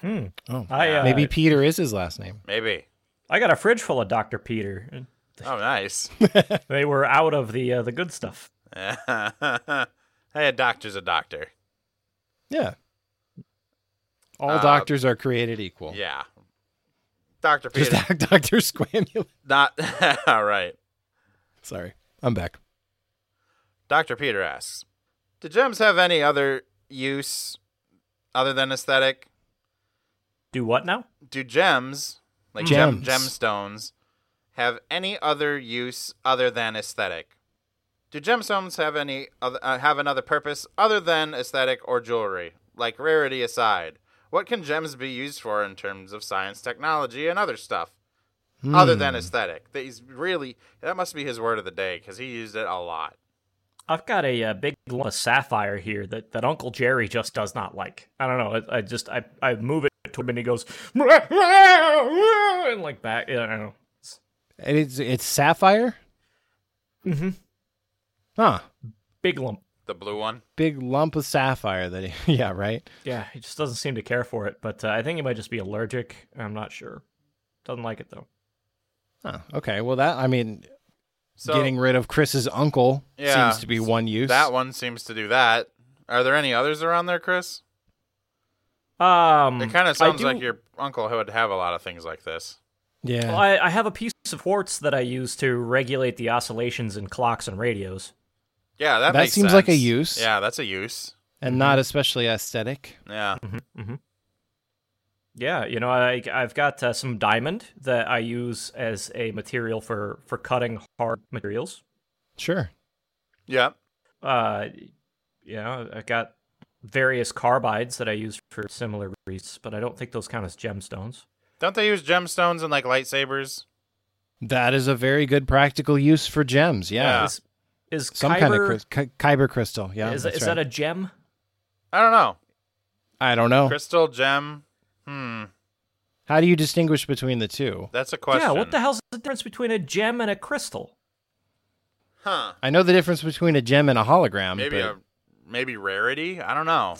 Speaker 1: Hmm.
Speaker 2: Oh,
Speaker 1: I uh,
Speaker 2: maybe Peter is his last name.
Speaker 3: Maybe.
Speaker 1: I got a fridge full of Dr. Peter. and
Speaker 3: Oh, nice. [laughs]
Speaker 1: They were out of the uh, the good stuff.
Speaker 3: hey, a doctor's a doctor.
Speaker 2: Yeah. All
Speaker 3: Uh,
Speaker 2: doctors are created equal.
Speaker 3: Yeah. Dr.
Speaker 2: [laughs] Just
Speaker 3: Peter.
Speaker 2: Dr. Squamula. [laughs]
Speaker 3: Not. [laughs] all right.
Speaker 2: Sorry. I'm back.
Speaker 3: Dr. Peter asks Do gems have any other use other than aesthetic?
Speaker 1: Do what now?
Speaker 3: do gems like gem,
Speaker 2: Gems.
Speaker 3: gemstones have any other use other than aesthetic do gemstones have any other, uh, have another purpose other than aesthetic or jewelry like rarity aside what can gems be used for in terms of science technology and other stuff other than
Speaker 2: Hmm.
Speaker 3: aesthetic that he's really that must be his word of the day because he used it a lot
Speaker 1: I've got a, uh big lump of sapphire here that, that Uncle Jerry just does not like. I don't know. I, I just I, I move it to him and he goes and like back. Yeah, I don't know.
Speaker 2: And it's, it's Sapphire?
Speaker 1: Mhm.
Speaker 2: Huh.
Speaker 1: Big lump.
Speaker 3: the blue one
Speaker 2: Big lump of sapphire that he, [laughs] yeah, right?
Speaker 1: Yeah, he just doesn't seem to care for it, but uh, I think he might just be allergic. I'm not sure. Doesn't like it though.
Speaker 2: Huh. Okay. Well, that I mean,
Speaker 3: so
Speaker 2: getting rid of Chris's uncle
Speaker 3: Yeah.
Speaker 2: seems to be one use.
Speaker 3: that one seems to do that are there any others around there chris
Speaker 1: Um,
Speaker 2: Hmm.
Speaker 3: it kind
Speaker 1: I
Speaker 3: of sounds
Speaker 1: do-
Speaker 3: like your uncle would have a lot of things like this
Speaker 2: Yeah.
Speaker 1: Well, I, I have a piece of quartz that I use to regulate the oscillations in clocks and radios.
Speaker 3: Yeah, that
Speaker 2: That
Speaker 3: makes
Speaker 2: seems like a
Speaker 3: sense.
Speaker 2: use.
Speaker 3: Yeah, that's a use.
Speaker 2: and not especially aesthetic.
Speaker 3: Yeah,
Speaker 1: Mm-hmm, Yeah, you know, I, I've got uh, some diamond that I use as a material for for cutting hard materials.
Speaker 2: Sure.
Speaker 3: yeah.
Speaker 1: Uh, you know, I got various carbides that I use for similar reasons, but I don't think those count as gemstones.
Speaker 3: Don't they use gemstones and like lightsabers?
Speaker 2: That is a very good practical use for gems. Yeah.
Speaker 3: Yeah.
Speaker 1: Uh, Is, is
Speaker 2: Some kind of
Speaker 1: kyber-
Speaker 2: cri- ki- kyber crystal. Yeah.
Speaker 1: is,
Speaker 2: that's
Speaker 1: is
Speaker 2: right.
Speaker 1: that a gem?
Speaker 3: I don't know.
Speaker 2: I don't know.
Speaker 3: Crystal gem. Hmm,
Speaker 2: How do you distinguish between the two?
Speaker 3: that's a question.
Speaker 1: Yeah, what the hell's the difference between a gem and a crystal?
Speaker 3: Huh?
Speaker 2: I know the difference between a gem and a hologram.
Speaker 3: Maybe
Speaker 2: Um, but
Speaker 3: a maybe rarity. I don't know.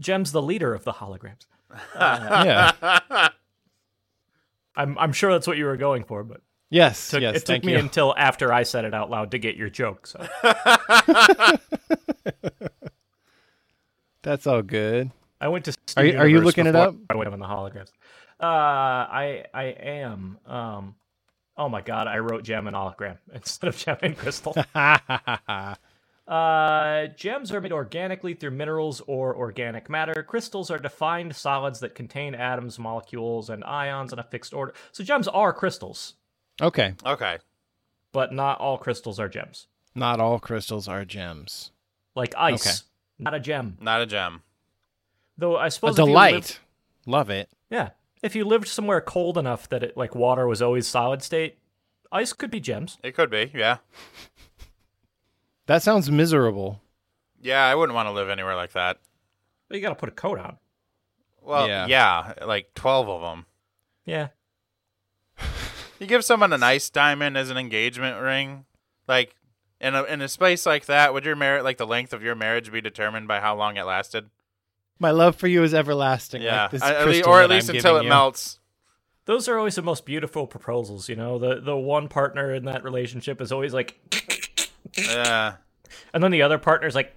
Speaker 1: Gem's the leader of the holograms.
Speaker 3: [laughs]
Speaker 2: yeah.
Speaker 1: I'm I'm sure that's what you were going for, but
Speaker 2: Yes.
Speaker 1: took,
Speaker 2: yes.
Speaker 1: it took
Speaker 2: thank
Speaker 1: me
Speaker 2: you.
Speaker 1: until after I said it out loud to get your joke. So
Speaker 2: That's all good.
Speaker 1: I went to.
Speaker 2: Are you- are you looking it up?
Speaker 1: I went on the holograms. Uh, I I am. Um, oh my god, I wrote gem and hologram [laughs] instead of gem and
Speaker 2: [laughs]
Speaker 1: crystal. Uh, gems are made organically through minerals or organic matter. Crystals are defined solids that contain atoms, molecules, and ions in a fixed order. So gems are crystals,
Speaker 2: okay.
Speaker 3: okay.
Speaker 1: but not all crystals are gems.
Speaker 2: Not all crystals are gems.
Speaker 1: Like ice,
Speaker 2: Okay.
Speaker 1: not a gem.
Speaker 3: Not a gem.
Speaker 1: Though I
Speaker 2: A
Speaker 1: suppose if you
Speaker 2: delight.
Speaker 1: lived-
Speaker 2: Love it.
Speaker 1: yeah, if you lived somewhere cold enough that it like water was always solid state, ice could be gems.
Speaker 3: It could be. Yeah.
Speaker 2: That sounds miserable.
Speaker 3: Yeah, I wouldn't want to live anywhere like that.
Speaker 1: But you got to put a coat on.
Speaker 3: Well,
Speaker 2: Yeah.
Speaker 3: yeah. like twelve of them.
Speaker 1: Yeah,
Speaker 3: You give someone a nice diamond as an engagement ring, like in a in a space like that. Would your marriage, like the length of your marriage, be determined by how long it lasted?
Speaker 2: My love for you is everlasting. like
Speaker 3: Yeah,
Speaker 2: this
Speaker 3: I- at least,
Speaker 2: crystal
Speaker 3: or at
Speaker 2: that
Speaker 3: least
Speaker 2: I'm
Speaker 3: until
Speaker 2: giving
Speaker 3: it
Speaker 2: you.
Speaker 3: melts.
Speaker 1: Those are always the most beautiful proposals, you know. The the one partner in that relationship is always like
Speaker 3: Yeah.
Speaker 1: and then the other partner's like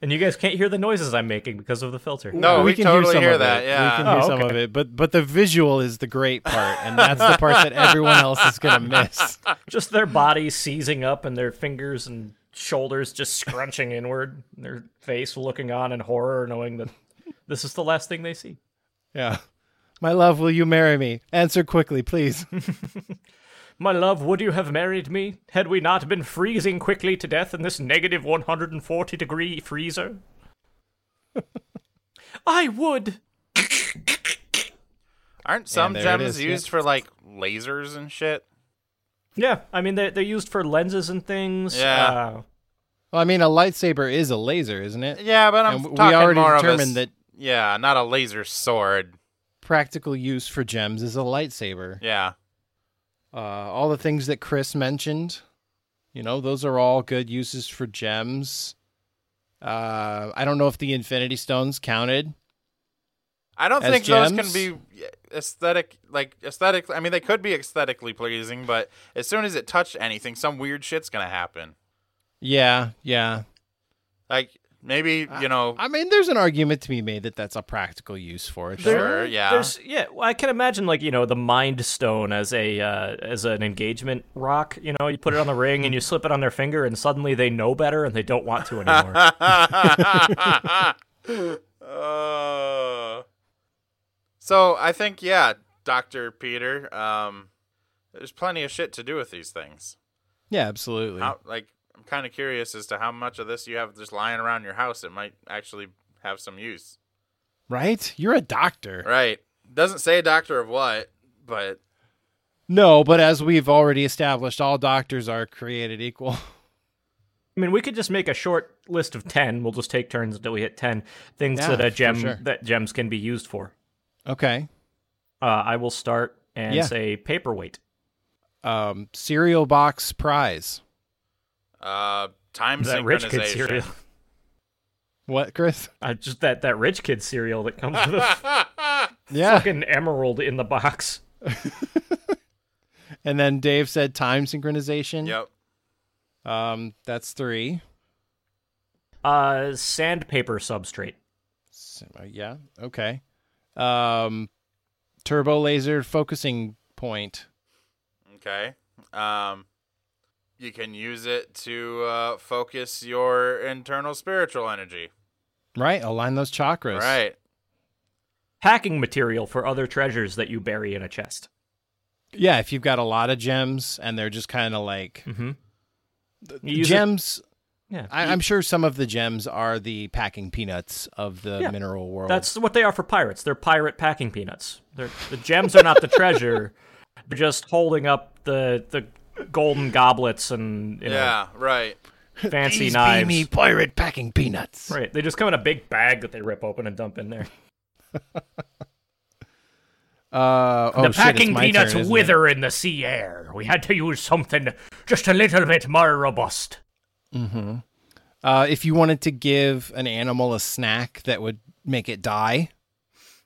Speaker 1: And you guys can't hear the noises I'm making because of the filter.
Speaker 3: No, Oh, we,
Speaker 2: can
Speaker 3: totally
Speaker 2: some
Speaker 3: hear
Speaker 2: of it.
Speaker 3: that. Yeah.
Speaker 2: we can hear
Speaker 1: Oh,
Speaker 2: some
Speaker 1: okay.
Speaker 2: of it, but but the visual is the great part, and that's the part that everyone else is gonna
Speaker 3: [laughs]
Speaker 2: miss.
Speaker 1: Just their bodies seizing up and their fingers and shoulders just scrunching inward, and their face looking on in horror knowing that this is the last thing they see.
Speaker 2: Yeah, my love, will you marry me? Answer quickly, please. [laughs]
Speaker 1: My love, would you have married me had we not been freezing quickly to death in this negative 140 degree freezer? [laughs] I would.
Speaker 3: Aren't some
Speaker 2: there it
Speaker 3: gems
Speaker 2: is, yeah.
Speaker 3: used for like lasers and shit?
Speaker 1: Yeah, I mean they're they're used for lenses and things.
Speaker 3: Yeah.
Speaker 1: Uh,
Speaker 2: Well, I mean, a lightsaber is a laser, isn't it?
Speaker 3: Yeah, but I'm
Speaker 2: And we
Speaker 3: talking
Speaker 2: already
Speaker 3: more of a, s-
Speaker 2: determined that
Speaker 3: Yeah, not a laser sword.
Speaker 2: practical use for gems is a lightsaber.
Speaker 3: Yeah.
Speaker 2: Uh, all the things that Chris mentioned, you know, those are all good uses for gems. Uh, I don't know if the Infinity Stones counted.
Speaker 3: I don't
Speaker 2: As
Speaker 3: think those
Speaker 2: gems?
Speaker 3: can be aesthetic, like aesthetic. I mean, they could be aesthetically pleasing, but as soon as it touched anything, some weird shit's gonna happen.
Speaker 2: Yeah, yeah.
Speaker 3: Like maybe you know,
Speaker 2: I mean, there's an argument to be made that that's a practical use for it.
Speaker 3: There-
Speaker 2: sure.
Speaker 3: Sure, yeah.
Speaker 1: There's yeah, well, I can imagine like, you know, the mind stone as a uh, as an engagement rock, you know, you put it on the ring and you slip it on their finger and suddenly they know better and they don't want to
Speaker 2: [laughs]
Speaker 1: anymore.
Speaker 3: Uh, so I think yeah, Doctor Peter. Um, there's plenty of shit to do with these things.
Speaker 2: Yeah, absolutely.
Speaker 3: How, like I'm kind of curious as to how much of this you have just lying around your house. It might actually have some use.
Speaker 2: Right? You're a doctor.
Speaker 3: Right? Doesn't say doctor of what, but
Speaker 2: No, but as we've already established, all doctors are created equal. [laughs]
Speaker 1: I mean, we could just make a short list of ten. We'll just take turns until we hit ten things
Speaker 2: Yeah,
Speaker 1: that a
Speaker 2: for
Speaker 1: gem
Speaker 2: sure.
Speaker 1: that gems can be used for.
Speaker 2: okay.
Speaker 1: Uh, I will start and
Speaker 2: Yeah.
Speaker 1: say paperweight.
Speaker 2: Um, cereal box prize.
Speaker 3: uh, time
Speaker 1: That
Speaker 3: synchronization.
Speaker 1: rich kid cereal.
Speaker 2: What, Chris?
Speaker 1: [laughs] I just that that rich kid cereal that comes with
Speaker 3: [laughs]
Speaker 1: a
Speaker 2: Yeah.
Speaker 1: fucking emerald in the box.
Speaker 2: [laughs] And then Dave said time synchronization.
Speaker 3: Yep.
Speaker 2: Um, that's three.
Speaker 1: Uh, sandpaper substrate.
Speaker 2: So, uh, yeah. Okay. Um, turbo laser focusing point.
Speaker 3: Okay. Um, you can use it to uh, focus your internal spiritual energy.
Speaker 2: Right. Align those chakras.
Speaker 3: Right.
Speaker 1: Packing material for other treasures that you bury in a chest.
Speaker 2: Yeah. If you've got a lot of gems and they're just kind of like
Speaker 1: Mm-hmm. You use it-
Speaker 2: gems,
Speaker 1: yeah.
Speaker 2: I, I'm sure some of the gems are the packing peanuts of the
Speaker 1: Yeah.
Speaker 2: mineral world.
Speaker 1: That's what they are for pirates. They're pirate packing peanuts. They're, the gems are not the treasure. [laughs] They're just holding up the the golden goblets and you know,
Speaker 3: Yeah. Right.
Speaker 1: fancy
Speaker 2: These
Speaker 1: knives.
Speaker 2: beamy pirate packing peanuts.
Speaker 1: Right. They just come in a big bag that they rip open and dump in there.
Speaker 2: Uh,
Speaker 1: the
Speaker 2: oh, shit, it's
Speaker 1: packing
Speaker 2: my
Speaker 1: peanuts
Speaker 2: turn, isn't it?
Speaker 1: wither in the sea air. We had to use something just a little bit more robust.
Speaker 2: Uh, if you wanted to give an animal a snack that would make it die,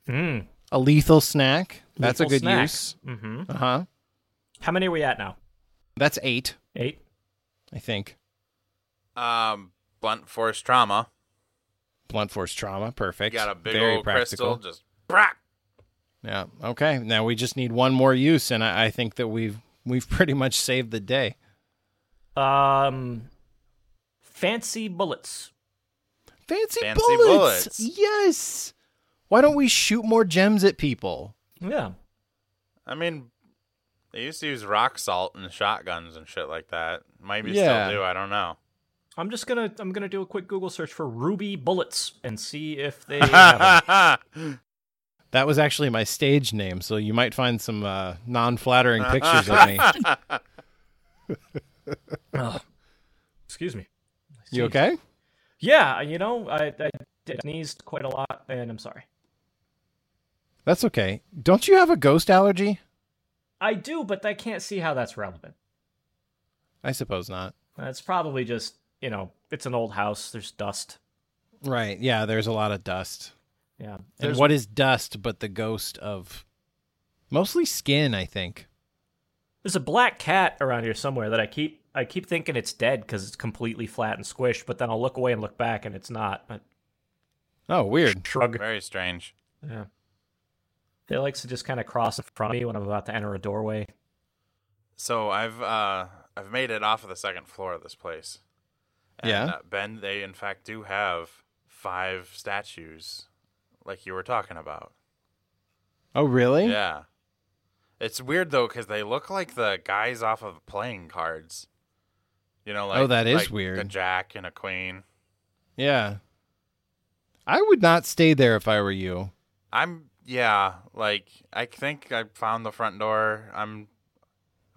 Speaker 1: Mm.
Speaker 2: a lethal snack, that's
Speaker 1: Lethal
Speaker 2: a good
Speaker 1: snack.
Speaker 2: use.
Speaker 1: hmm
Speaker 2: Uh huh.
Speaker 1: How many are we at now?
Speaker 2: That's eight,
Speaker 1: Eight.
Speaker 2: I think.
Speaker 3: Um, blunt force trauma.
Speaker 2: Blunt force trauma,
Speaker 3: You
Speaker 2: perfect.
Speaker 3: got a big
Speaker 2: Very
Speaker 3: old
Speaker 2: practical.
Speaker 3: crystal. Just brack.
Speaker 2: Yeah. Okay. Now we just need one more use, and I, I think that we've we've pretty much saved the day.
Speaker 1: Um, fancy bullets.
Speaker 2: Fancy,
Speaker 3: Fancy
Speaker 2: bullets.
Speaker 3: bullets.
Speaker 2: Yes. Why don't we shoot more gems at people?
Speaker 1: Yeah.
Speaker 3: I mean, they used to use rock salt and shotguns and shit like that. Maybe
Speaker 2: Yeah.
Speaker 3: still do. I don't know.
Speaker 1: I'm just gonna I'm gonna do a quick Google search for ruby bullets and see if
Speaker 2: [laughs]
Speaker 1: they. have 'em.
Speaker 3: [laughs]
Speaker 2: That was actually my stage name, so you might find some uh,
Speaker 3: [laughs]
Speaker 2: non-flattering pictures of me.
Speaker 1: Ugh. Excuse me.
Speaker 2: You okay?
Speaker 1: Yeah, you know I, I did- sneezed quite a lot, and I'm sorry.
Speaker 2: That's okay. Don't you have a ghost allergy?
Speaker 1: I do, but I can't see how that's relevant.
Speaker 2: I suppose not.
Speaker 1: That's Uh, probably just you know, it's an old house. There's dust.
Speaker 2: Right. Yeah. There's a lot of dust.
Speaker 1: Yeah.
Speaker 2: and what is dust but the ghost of mostly skin? I think.
Speaker 1: There's a black cat around here somewhere that I keep I keep thinking it's dead because it's completely flat and squished, but then I'll look away and look back and it's not. But
Speaker 2: Oh, weird.
Speaker 1: shrug.
Speaker 3: Very strange.
Speaker 1: Yeah. It likes to just kind of cross in front of me when I'm about to enter a doorway.
Speaker 3: So I've uh, I've made it off of the second floor of this place. And,
Speaker 2: Yeah.
Speaker 3: uh, Ben, they in fact do have five statues, like you were talking about.
Speaker 2: Oh, really?
Speaker 3: Yeah. It's weird though because they look like the guys off of playing cards. You know, like
Speaker 2: Oh, that is
Speaker 3: like
Speaker 2: weird.
Speaker 3: A jack and a queen.
Speaker 2: Yeah. I would not stay there if I were you.
Speaker 3: I'm yeah, like I think I found the front door. I'm.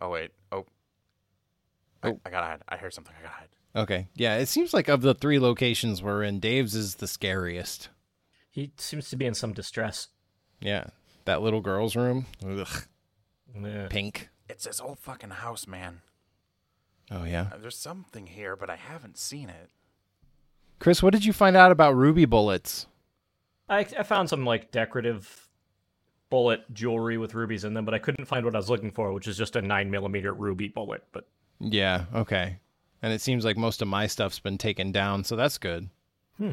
Speaker 3: Oh wait. Oh. I,
Speaker 2: Oh.
Speaker 3: I gotta hide. I hear something. I gotta hide.
Speaker 2: Okay. Yeah, it seems like of the three locations we're in, Dave's is the scariest.
Speaker 1: He seems to be in some distress.
Speaker 2: Yeah. That little girl's room. Ugh.
Speaker 1: Yeah.
Speaker 2: Pink.
Speaker 3: It's this old fucking house, man.
Speaker 2: Oh yeah.
Speaker 3: Uh, There's something here, but I haven't seen it.
Speaker 2: Chris, what did you find out about ruby bullets?
Speaker 1: I, I found some like decorative bullet jewelry with rubies in them, but I couldn't find what I was looking for, which is just a nine millimeter ruby bullet. But
Speaker 2: Yeah, okay. And it seems like most of my stuff's been taken down, so that's good.
Speaker 1: Hmm.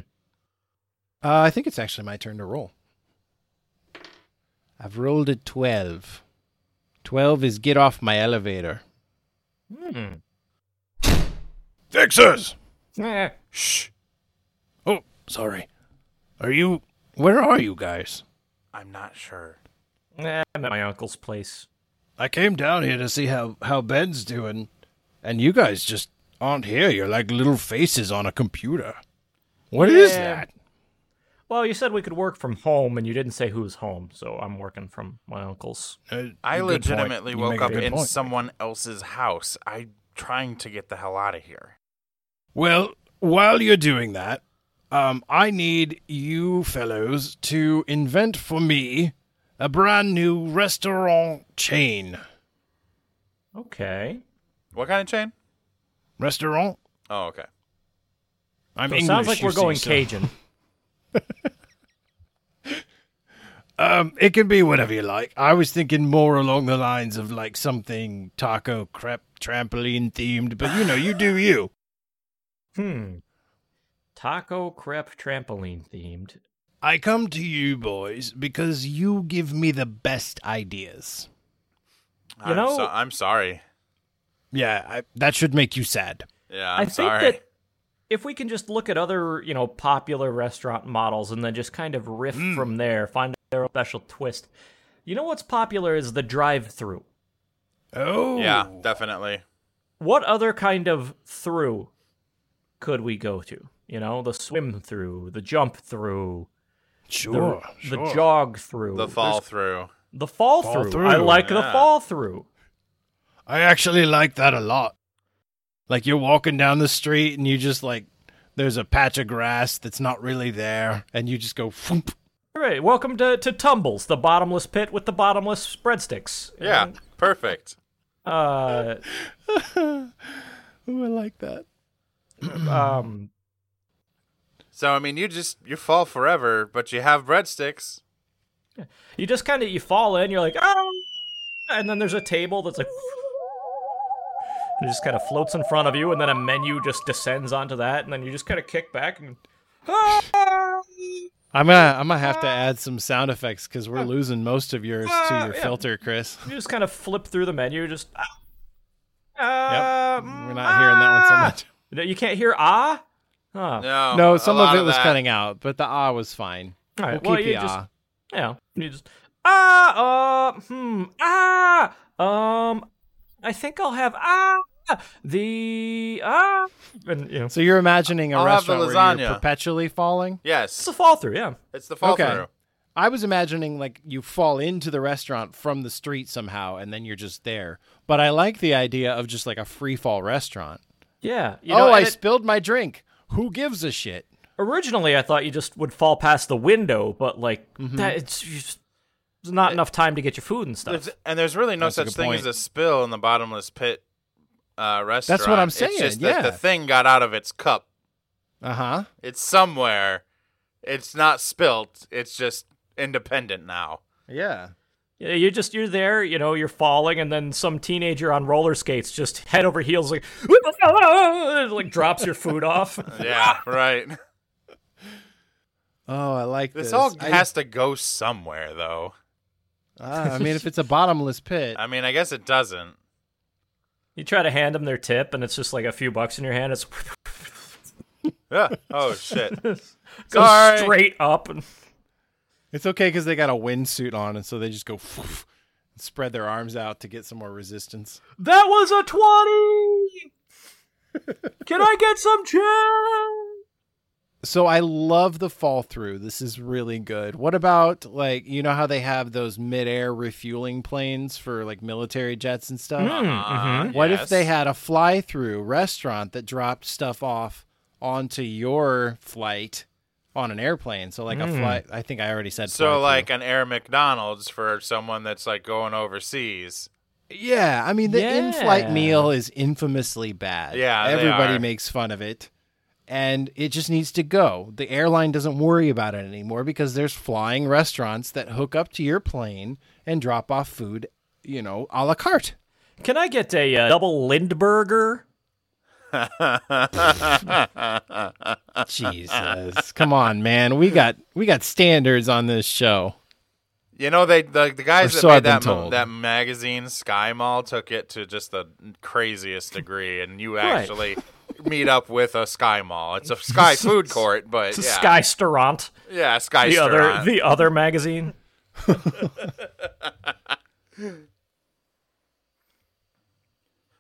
Speaker 2: Uh, I think it's actually my turn to roll. I've rolled a 12. 12 is get off my elevator. Hmm. Fixers!
Speaker 1: Eh.
Speaker 2: Shh. Oh, sorry. Are you. Where are you guys?
Speaker 3: I'm not sure.
Speaker 1: Eh, I'm at my uncle's place.
Speaker 2: I came down here to see how, how Ben's doing, and you guys just aren't here. You're like little faces on a computer. What is
Speaker 1: Yeah.
Speaker 2: that?
Speaker 1: Well, you said we could work from home, and you didn't say who's home, so I'm working from my uncle's.
Speaker 2: Uh,
Speaker 3: I
Speaker 2: good
Speaker 3: legitimately
Speaker 2: point. You
Speaker 3: woke
Speaker 2: make a
Speaker 3: up
Speaker 2: good
Speaker 3: in
Speaker 2: point.
Speaker 3: someone else's house. I'm trying to get the hell out of here.
Speaker 2: Well, while you're doing that, um, I need you fellows to invent for me a brand new restaurant chain.
Speaker 1: Okay.
Speaker 3: What kind of chain?
Speaker 2: Restaurant?
Speaker 3: Oh, okay.
Speaker 2: I'm
Speaker 1: So it
Speaker 2: English.
Speaker 1: sounds like
Speaker 2: you
Speaker 1: we're going
Speaker 2: see, so- [laughs]
Speaker 1: Cajun.
Speaker 2: Um, it can be whatever you like. I was thinking more along the lines of like something taco crepe trampoline themed, but you know,
Speaker 1: [laughs]
Speaker 2: you do you.
Speaker 1: hmm. Taco crepe trampoline themed.
Speaker 2: I come to you boys because you give me the best ideas.
Speaker 1: You
Speaker 3: I'm
Speaker 1: know-
Speaker 3: so- I'm sorry.
Speaker 2: Yeah, I, that should make you sad.
Speaker 3: Yeah,
Speaker 1: I
Speaker 3: I'm
Speaker 1: think
Speaker 3: sorry.
Speaker 1: that if we can just look at other, you know, popular restaurant models and then just kind of riff
Speaker 2: Hmm.
Speaker 1: from there, find their own special twist. You know what's popular is the drive-through.
Speaker 2: Oh,
Speaker 3: yeah, definitely.
Speaker 1: What other kind of through could we go to? You know, the swim through, the jump through, the,
Speaker 2: sure,
Speaker 1: the
Speaker 2: sure.
Speaker 1: jog through,
Speaker 3: The fall through.
Speaker 1: the fall,
Speaker 2: Fall
Speaker 1: through.
Speaker 2: through,
Speaker 1: I like the
Speaker 3: yeah.
Speaker 1: fall through.
Speaker 2: I actually like that a lot. Like you're walking down the street and you just like there's a patch of grass that's not really there, and you just go. [laughs] Foomp.
Speaker 1: All right, welcome to, to Tumbles, the bottomless pit with the bottomless breadsticks.
Speaker 3: Yeah, perfect.
Speaker 1: Uh,
Speaker 2: Ooh, I like that.
Speaker 1: um,
Speaker 3: So I mean, you just you fall forever, but you have breadsticks.
Speaker 1: you just kind of you fall in. You're like, oh, and then there's a table that's like, it just kind of floats in front of you, and then a menu just descends onto that, and then you just kind of kick back and
Speaker 2: I'm gonna I'm gonna
Speaker 1: Uh,
Speaker 2: have to add some sound effects because we're losing most of yours to your filter, Chris.
Speaker 1: you just kind of flip through the menu. Just uh,
Speaker 2: Yep, we're not hearing that one
Speaker 1: uh,
Speaker 2: so
Speaker 3: [laughs]
Speaker 2: much.
Speaker 1: you can't hear ah. Huh.
Speaker 3: No,
Speaker 2: No,
Speaker 3: a
Speaker 2: some
Speaker 3: lot
Speaker 2: of it was
Speaker 3: that.
Speaker 2: cutting out, but the ah was fine.
Speaker 1: All right,
Speaker 2: we'll
Speaker 1: well,
Speaker 2: keep
Speaker 1: you
Speaker 2: the
Speaker 1: just-
Speaker 2: ah.
Speaker 1: you know, you just ah, uh, hmm, ah, um, I think I'll have ah the ah, and you know, it's
Speaker 2: So you're imagining a
Speaker 3: I'll have the
Speaker 2: restaurant where you're
Speaker 3: lasagna.
Speaker 2: perpetually falling.
Speaker 1: a
Speaker 3: Yes,
Speaker 1: fall through, yeah.
Speaker 3: it's the fall
Speaker 2: Okay.
Speaker 3: through.
Speaker 2: I was imagining like you fall into the restaurant from the street somehow, and then you're just there. But I like the idea of just like a free fall restaurant.
Speaker 1: Yeah. You
Speaker 2: oh,
Speaker 1: know,
Speaker 2: I
Speaker 1: and it-
Speaker 2: spilled my drink. Who gives a shit?
Speaker 1: originally I thought you just would fall past the window, but like
Speaker 2: Mm-hmm.
Speaker 1: that it's you just, there's
Speaker 2: Uh,
Speaker 1: not enough time to get your food and stuff.
Speaker 3: There's, and there's really no
Speaker 2: That's a
Speaker 3: such
Speaker 2: good
Speaker 3: thing
Speaker 2: point.
Speaker 3: as a spill in the bottomless pit uh, restaurant.
Speaker 2: what I'm saying,
Speaker 3: It's just that
Speaker 2: yeah.
Speaker 3: the thing got out of its cup.
Speaker 2: Uh huh.
Speaker 3: It's somewhere. It's not spilt. It's just
Speaker 2: [laughs]
Speaker 3: independent now.
Speaker 2: Yeah.
Speaker 1: Yeah, you just you're there, you know, you're falling, and then some teenager on roller skates just head over heels like [laughs] and, like drops your food
Speaker 2: [laughs]
Speaker 1: off.
Speaker 3: Yeah, right.
Speaker 2: Oh, I like this.
Speaker 3: [laughs] This all
Speaker 2: I-
Speaker 3: has to go somewhere, though.
Speaker 2: Ah, I mean, if it's a bottomless pit,
Speaker 3: I mean, I guess it doesn't.
Speaker 1: You try to hand them their tip, and it's just like a few bucks in your hand. It's
Speaker 3: Yeah.
Speaker 2: [laughs]
Speaker 3: Oh shit.
Speaker 1: goes
Speaker 3: Sorry.
Speaker 1: straight up, and
Speaker 2: it's okay because they got a windsuit on, and so they just go and spread their arms out to get some more resistance.
Speaker 1: that was a twenty. Can I get some chips?
Speaker 2: So I love the fall through. This is really good. What about like you know how they have those midair refueling planes for like military jets and stuff?
Speaker 3: Uh,
Speaker 2: Mm-hmm. What if
Speaker 3: yes.
Speaker 2: they had a fly through restaurant that dropped stuff off onto your flight on an airplane? So like a flight. I think I already said
Speaker 3: Hmm. So
Speaker 2: fly-through.
Speaker 3: like an air McDonald's for someone that's like going overseas.
Speaker 2: Yeah, I mean the
Speaker 1: Yeah.
Speaker 2: in-flight meal is infamously bad.
Speaker 3: Yeah, they
Speaker 2: everybody
Speaker 3: are.
Speaker 2: makes fun of it, and it just needs to go. The airline doesn't worry about it anymore because there's flying restaurants that hook up to your plane and drop off food, you know, a la carte.
Speaker 1: Can I get a uh, double Lindberger?
Speaker 2: Jesus, come on, man, we got we got standards on this show.
Speaker 3: You know, they the, the guys
Speaker 2: Or
Speaker 3: that
Speaker 2: so I've been
Speaker 3: made that ma-
Speaker 2: told.
Speaker 3: that magazine Sky Mall took it to just the craziest degree, and
Speaker 1: [laughs]
Speaker 3: you actually meet up with a Sky Mall. It's a Sky food court, but
Speaker 1: It's a
Speaker 3: yeah,
Speaker 1: Sky Starant,
Speaker 3: yeah, Sky
Speaker 1: the other
Speaker 3: Restaurant.
Speaker 1: the other magazine.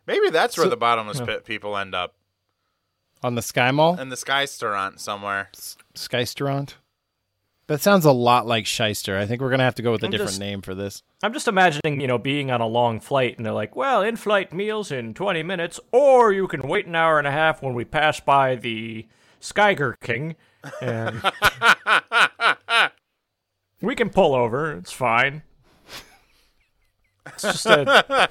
Speaker 3: Maybe that's where the bottomless pit people end up
Speaker 2: On the Sky Mall,
Speaker 3: in the Sky Restaurant somewhere.
Speaker 2: Skystorant. That sounds a lot like shyster. I think we're gonna have to go with a
Speaker 1: I'm
Speaker 2: different
Speaker 1: just-
Speaker 2: name for this.
Speaker 1: I'm just imagining, you know, being on a long flight and they're like, well, in flight meals in 20 minutes, or you can wait an hour and a half when we pass by the Skyger King.
Speaker 2: [laughs]
Speaker 1: And we can pull over. It's fine. It's just
Speaker 2: [laughs]
Speaker 1: a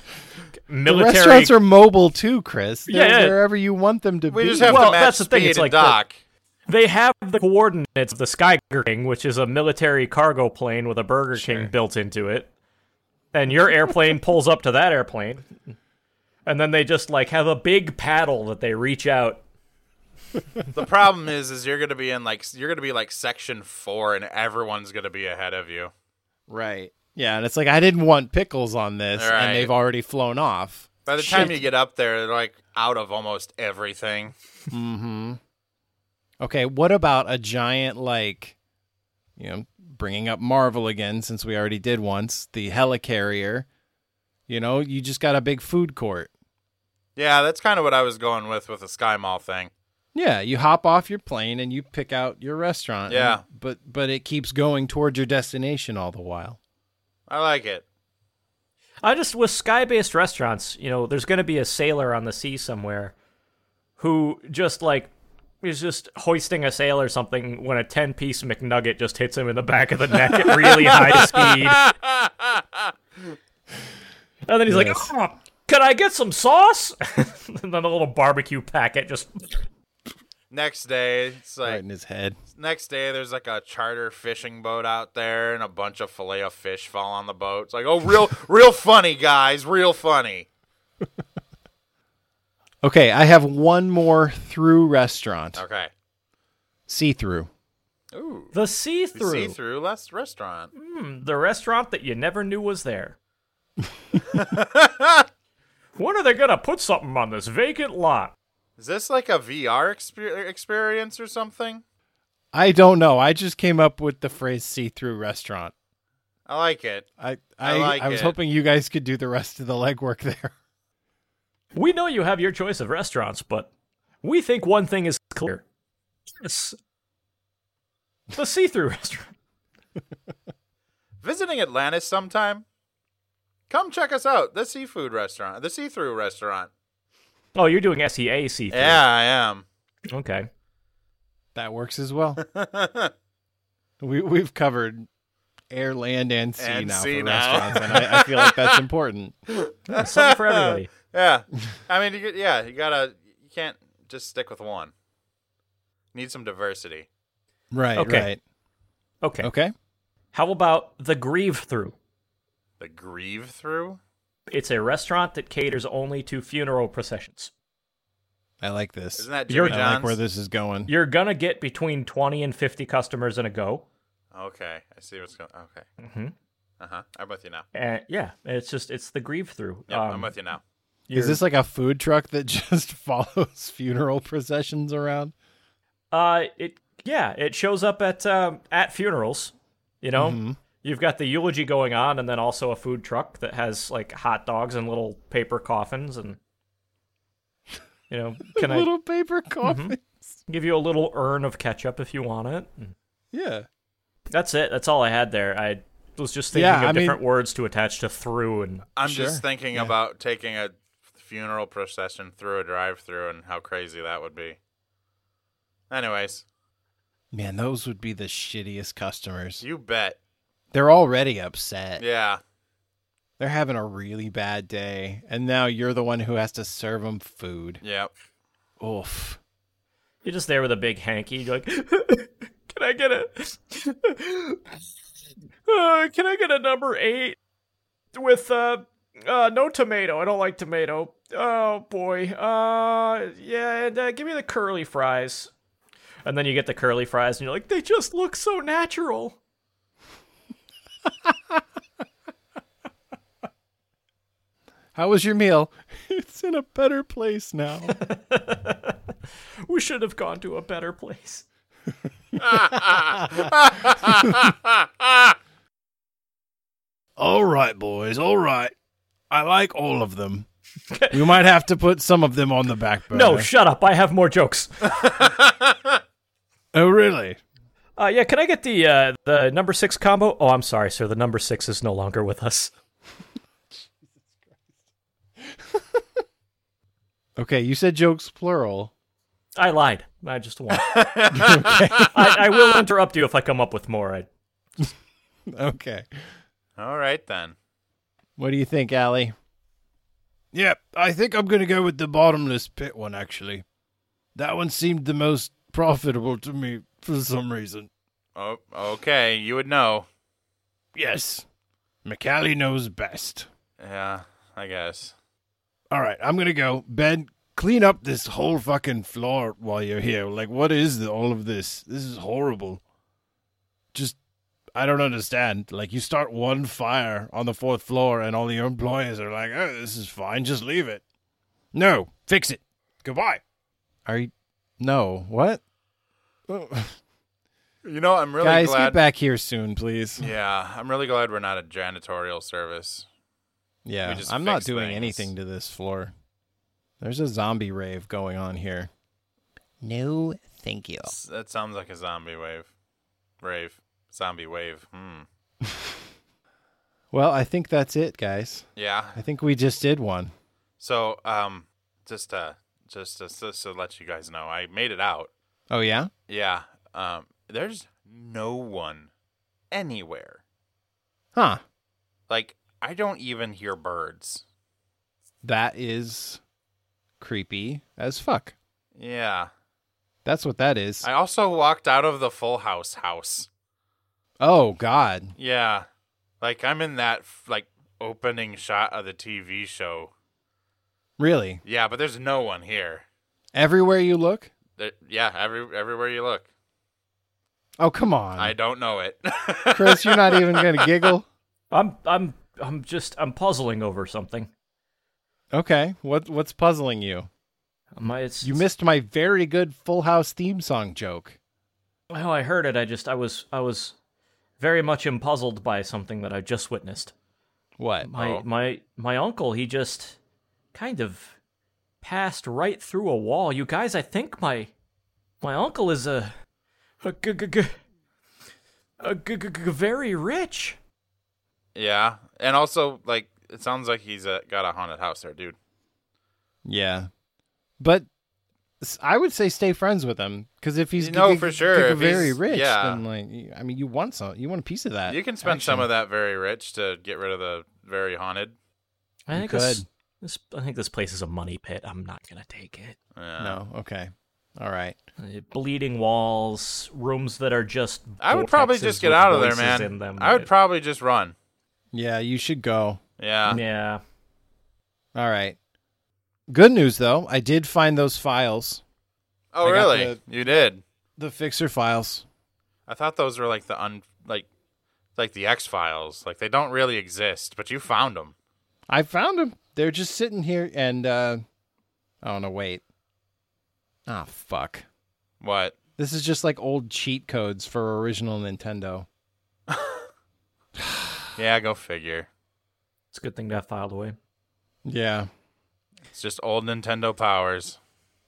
Speaker 1: military.
Speaker 2: Restaurants are mobile too, Chris. They're
Speaker 1: Yeah, yeah.
Speaker 2: wherever you want them to
Speaker 3: We
Speaker 2: be.
Speaker 3: just have
Speaker 1: Well,
Speaker 3: to match
Speaker 1: that's the thing,
Speaker 3: speed
Speaker 1: it's
Speaker 3: and
Speaker 1: like the-
Speaker 3: dock.
Speaker 1: they have the coordinates of the Skyger King, which is a military cargo plane with a Burger King built into it. And your airplane pulls up to that airplane. And then they just like have a big paddle that they reach out.
Speaker 3: The problem is, is you're gonna be in like you're gonna be like section four, and everyone's gonna be ahead of you.
Speaker 2: Right. Yeah, and it's like I didn't want pickles on this,
Speaker 3: Right.
Speaker 2: and they've already flown off.
Speaker 3: By the time you get up there, they're like out of almost everything.
Speaker 2: Mm-hmm. Okay, what about a giant like, you know, bringing up Marvel again since we already did once the helicarrier. You know, you just got a big food court.
Speaker 3: Yeah, that's kind of what I was going with with the Sky Mall thing.
Speaker 2: Yeah, you hop off your plane and you pick out your restaurant.
Speaker 3: Yeah.
Speaker 2: but but it keeps going toward your destination all the while.
Speaker 3: I like it.
Speaker 1: I just with sky based restaurants, you know, there's gonna be a sailor on the sea somewhere who just like is just hoisting a sail or something when a ten piece McNugget just hits him in the back of the neck at really [laughs] high speed. And then he's
Speaker 2: Yes.
Speaker 1: like, oh, "Can I get some sauce?" [laughs] and then a little barbecue packet just
Speaker 3: Next day, it's like
Speaker 2: Right in his head.
Speaker 3: next day there's like a charter fishing boat out there and a bunch of fillet of fish fall on the boat. It's like, "Oh, real real funny, guys, real funny."
Speaker 2: Okay, I have one more through restaurant.
Speaker 3: Okay.
Speaker 2: See through.
Speaker 3: Ooh.
Speaker 1: the see-through,
Speaker 3: See through last restaurant.
Speaker 1: the restaurant that you never knew was there. [laughs] when are they gonna put something on this vacant lot?
Speaker 3: Is this like a VR exper- experience or something?
Speaker 2: I don't know. I just came up with the phrase "see through restaurant."
Speaker 3: I like it.
Speaker 2: I I,
Speaker 3: I
Speaker 2: I,
Speaker 3: like
Speaker 2: was
Speaker 3: it.
Speaker 2: hoping you guys could do the rest of the [laughs] legwork there.
Speaker 1: We know you have your choice of restaurants, but we think one thing is clear: Yes. the see-through [laughs] restaurant.
Speaker 3: Visiting Atlantis sometime? Come check us out. The seafood restaurant. The see-through restaurant.
Speaker 1: Oh, you're doing SEA see-through.
Speaker 3: Yeah, I am.
Speaker 1: Okay.
Speaker 3: [laughs]
Speaker 2: That works as well. we we've covered air, land, and sea
Speaker 3: And
Speaker 2: now
Speaker 3: sea
Speaker 2: for
Speaker 3: now.
Speaker 2: restaurants, and I, I feel like
Speaker 3: [laughs]
Speaker 2: that's important.
Speaker 1: Something for everybody.
Speaker 3: Yeah. I mean, you, get- yeah, you gotta, you can't just stick with one. Need some diversity.
Speaker 2: Right.
Speaker 1: Okay.
Speaker 2: Right.
Speaker 1: Okay.
Speaker 2: Okay.
Speaker 1: How about the Grieve Through?
Speaker 3: The grieve through?
Speaker 1: It's a restaurant that caters only to funeral processions.
Speaker 2: I like this.
Speaker 3: Isn't that
Speaker 1: You're-
Speaker 3: Jimmy
Speaker 2: I
Speaker 3: John's?
Speaker 2: like where this is going.
Speaker 1: You're gonna get between 20 and 50 customers in a go.
Speaker 3: okay. I see what's going Okay.
Speaker 1: Mhm.
Speaker 3: Uh huh. I'm with you now.
Speaker 1: And yeah, it's just it's the Um, Grieve Through.
Speaker 3: Yep, I'm with you now.
Speaker 2: Is this like a food truck that [laughs] just follows funeral processions around?
Speaker 1: Uh, it yeah, it shows up at um, at funerals. You know,
Speaker 2: Mm-hmm.
Speaker 1: you've got the eulogy going on, and then also a food truck that has like hot dogs and little paper coffins, and you
Speaker 2: [laughs]
Speaker 1: know, can I
Speaker 2: Little paper
Speaker 3: Mm-hmm.
Speaker 2: coffin.
Speaker 1: give you a little urn of ketchup if you want it? And
Speaker 2: [laughs] Yeah.
Speaker 1: That's it. That's all I had there. I was just thinking
Speaker 2: Yeah,
Speaker 1: of
Speaker 2: I mean-
Speaker 1: different words to attach to through, and
Speaker 3: I'm
Speaker 2: Sure.
Speaker 3: just thinking about taking a funeral procession through a drive through and how crazy that would be. Anyways,
Speaker 2: Man, those would be the shittiest customers.
Speaker 3: you bet.
Speaker 2: They're already upset.
Speaker 3: Yeah.
Speaker 2: They're having a really bad day, and now you're the one who has to serve them food.
Speaker 3: Yep. [laughs]
Speaker 2: Oof.
Speaker 1: you're just there with a big hanky, you're like, [laughs] "Can I get a? [laughs] uh, can I get a number eight with uh, uh no tomato? I don't like tomato. Oh boy. Uh, yeah. And, uh, give me the curly fries. And then you get the curly fries, and you're like, they just look so natural.
Speaker 2: How was your meal? [laughs] It's in a better place now.
Speaker 1: We should have gone to a better place.
Speaker 2: [laughs] all right, boys. All right. I like all of them. [laughs] we might have to put some of them on the back burner.
Speaker 1: No, shut up. I have more jokes.
Speaker 2: oh, really?
Speaker 1: Uh, yeah, can I get the uh, the number six combo? Oh, I'm sorry, sir. The number six is no longer with us.
Speaker 2: Okay, you said jokes plural. [laughs]
Speaker 1: I lied. I just won. I, I will interrupt you if I come up with more. I,
Speaker 2: Okay.
Speaker 3: All right then.
Speaker 2: What do you think, Allie? Yeah, I think I'm going to go with the bottomless pit one, actually. That one seemed the most profitable to me for some reason.
Speaker 3: Oh, okay. You would know.
Speaker 2: Yes. McCallie knows best.
Speaker 3: Yeah, I guess.
Speaker 2: All right, I'm going to go. Ben, clean up this whole fucking floor while you're here. Like, what is the, all of this? This is horrible. Just, I don't understand. Like, you start one fire on the fourth floor, and all your employees are like, oh, this is fine. Just leave it. No, fix it. Goodbye. Are you. No, what?
Speaker 3: You know, I'm really
Speaker 2: Guys,
Speaker 3: glad.
Speaker 2: get back here soon, please.
Speaker 3: Yeah, I'm really glad we're not a janitorial service.
Speaker 2: Yeah,
Speaker 3: We just
Speaker 2: I'm not
Speaker 3: fix
Speaker 2: doing
Speaker 3: things.
Speaker 2: anything to this floor. There's a zombie rave going on here.
Speaker 6: No, thank you.
Speaker 3: S- That sounds like a zombie wave. Rave. Zombie wave. Hmm.
Speaker 2: Well, I think that's it, guys.
Speaker 3: Yeah.
Speaker 2: I think we just did one.
Speaker 3: So, um, just uh, just just, just to let you guys know, I made it out.
Speaker 2: Oh yeah?
Speaker 3: Yeah. Um, there's no one anywhere.
Speaker 2: Huh.
Speaker 3: Like, I don't even hear birds.
Speaker 2: That is creepy as fuck.
Speaker 3: Yeah.
Speaker 2: That's what that is.
Speaker 3: I also walked out of the Full House house.
Speaker 2: oh god.
Speaker 3: Yeah. Like I'm in that f- like opening shot of the TV show.
Speaker 2: Really?
Speaker 3: Yeah, but there's no one here.
Speaker 2: Everywhere you look?
Speaker 3: There, yeah, every everywhere you look.
Speaker 2: Oh, come on.
Speaker 3: I don't know it.
Speaker 2: Chris, you're not even going to giggle.
Speaker 1: I'm I'm I'm just I'm puzzling over something.
Speaker 2: Okay. What what's puzzling you?
Speaker 1: My, it's,
Speaker 2: You missed my very good Full House theme song joke.
Speaker 1: Well, I heard it. I just I was I was very much impuzzled by something that I just witnessed.
Speaker 2: What?
Speaker 1: My
Speaker 3: Oh.
Speaker 1: my my uncle. He just kind of passed right through a wall. You guys, I think my my uncle is a a g- g- g- a g- g- g- very rich.
Speaker 3: [laughs] yeah, and also like it sounds like he's uh, got a haunted house there, dude.
Speaker 2: Yeah. But s- I would say stay friends with him because if he's
Speaker 3: You know,
Speaker 2: g-
Speaker 3: for
Speaker 2: g-
Speaker 3: sure,
Speaker 2: g-
Speaker 3: if
Speaker 2: very
Speaker 3: he's-
Speaker 2: rich,
Speaker 3: yeah.
Speaker 2: then like y- I mean, you want some, you want a piece of that.
Speaker 3: You can spend some
Speaker 2: action.
Speaker 3: of that very rich to get rid of the very haunted.
Speaker 1: I
Speaker 2: You
Speaker 1: think this, this I think this place is a money pit. I'm not gonna take it.
Speaker 3: Yeah.
Speaker 2: No, okay, all right.
Speaker 1: Uh, Bleeding walls, rooms that are just.
Speaker 3: I would probably
Speaker 1: vortexes
Speaker 3: just get
Speaker 1: with
Speaker 3: out of there,
Speaker 1: voices
Speaker 3: man.
Speaker 1: in them.
Speaker 3: I would probably just run.
Speaker 2: Yeah, you should go.
Speaker 3: Yeah.
Speaker 1: Yeah.
Speaker 2: All right. Good news though, I did find those files,
Speaker 3: Oh,
Speaker 2: I got
Speaker 3: really?
Speaker 2: the-
Speaker 3: You did.
Speaker 2: the fixer files.
Speaker 3: I thought those were like the un like like the X Files. Like they don't really exist, but you found them.
Speaker 2: I found them. They're just sitting here, and uh oh no, wait. Ah, fuck.
Speaker 3: What?
Speaker 2: This is just like old cheat codes for original Nintendo.
Speaker 3: Yeah, go figure.
Speaker 1: It's a good thing that filed away.
Speaker 2: Yeah.
Speaker 3: It's just old Nintendo powers.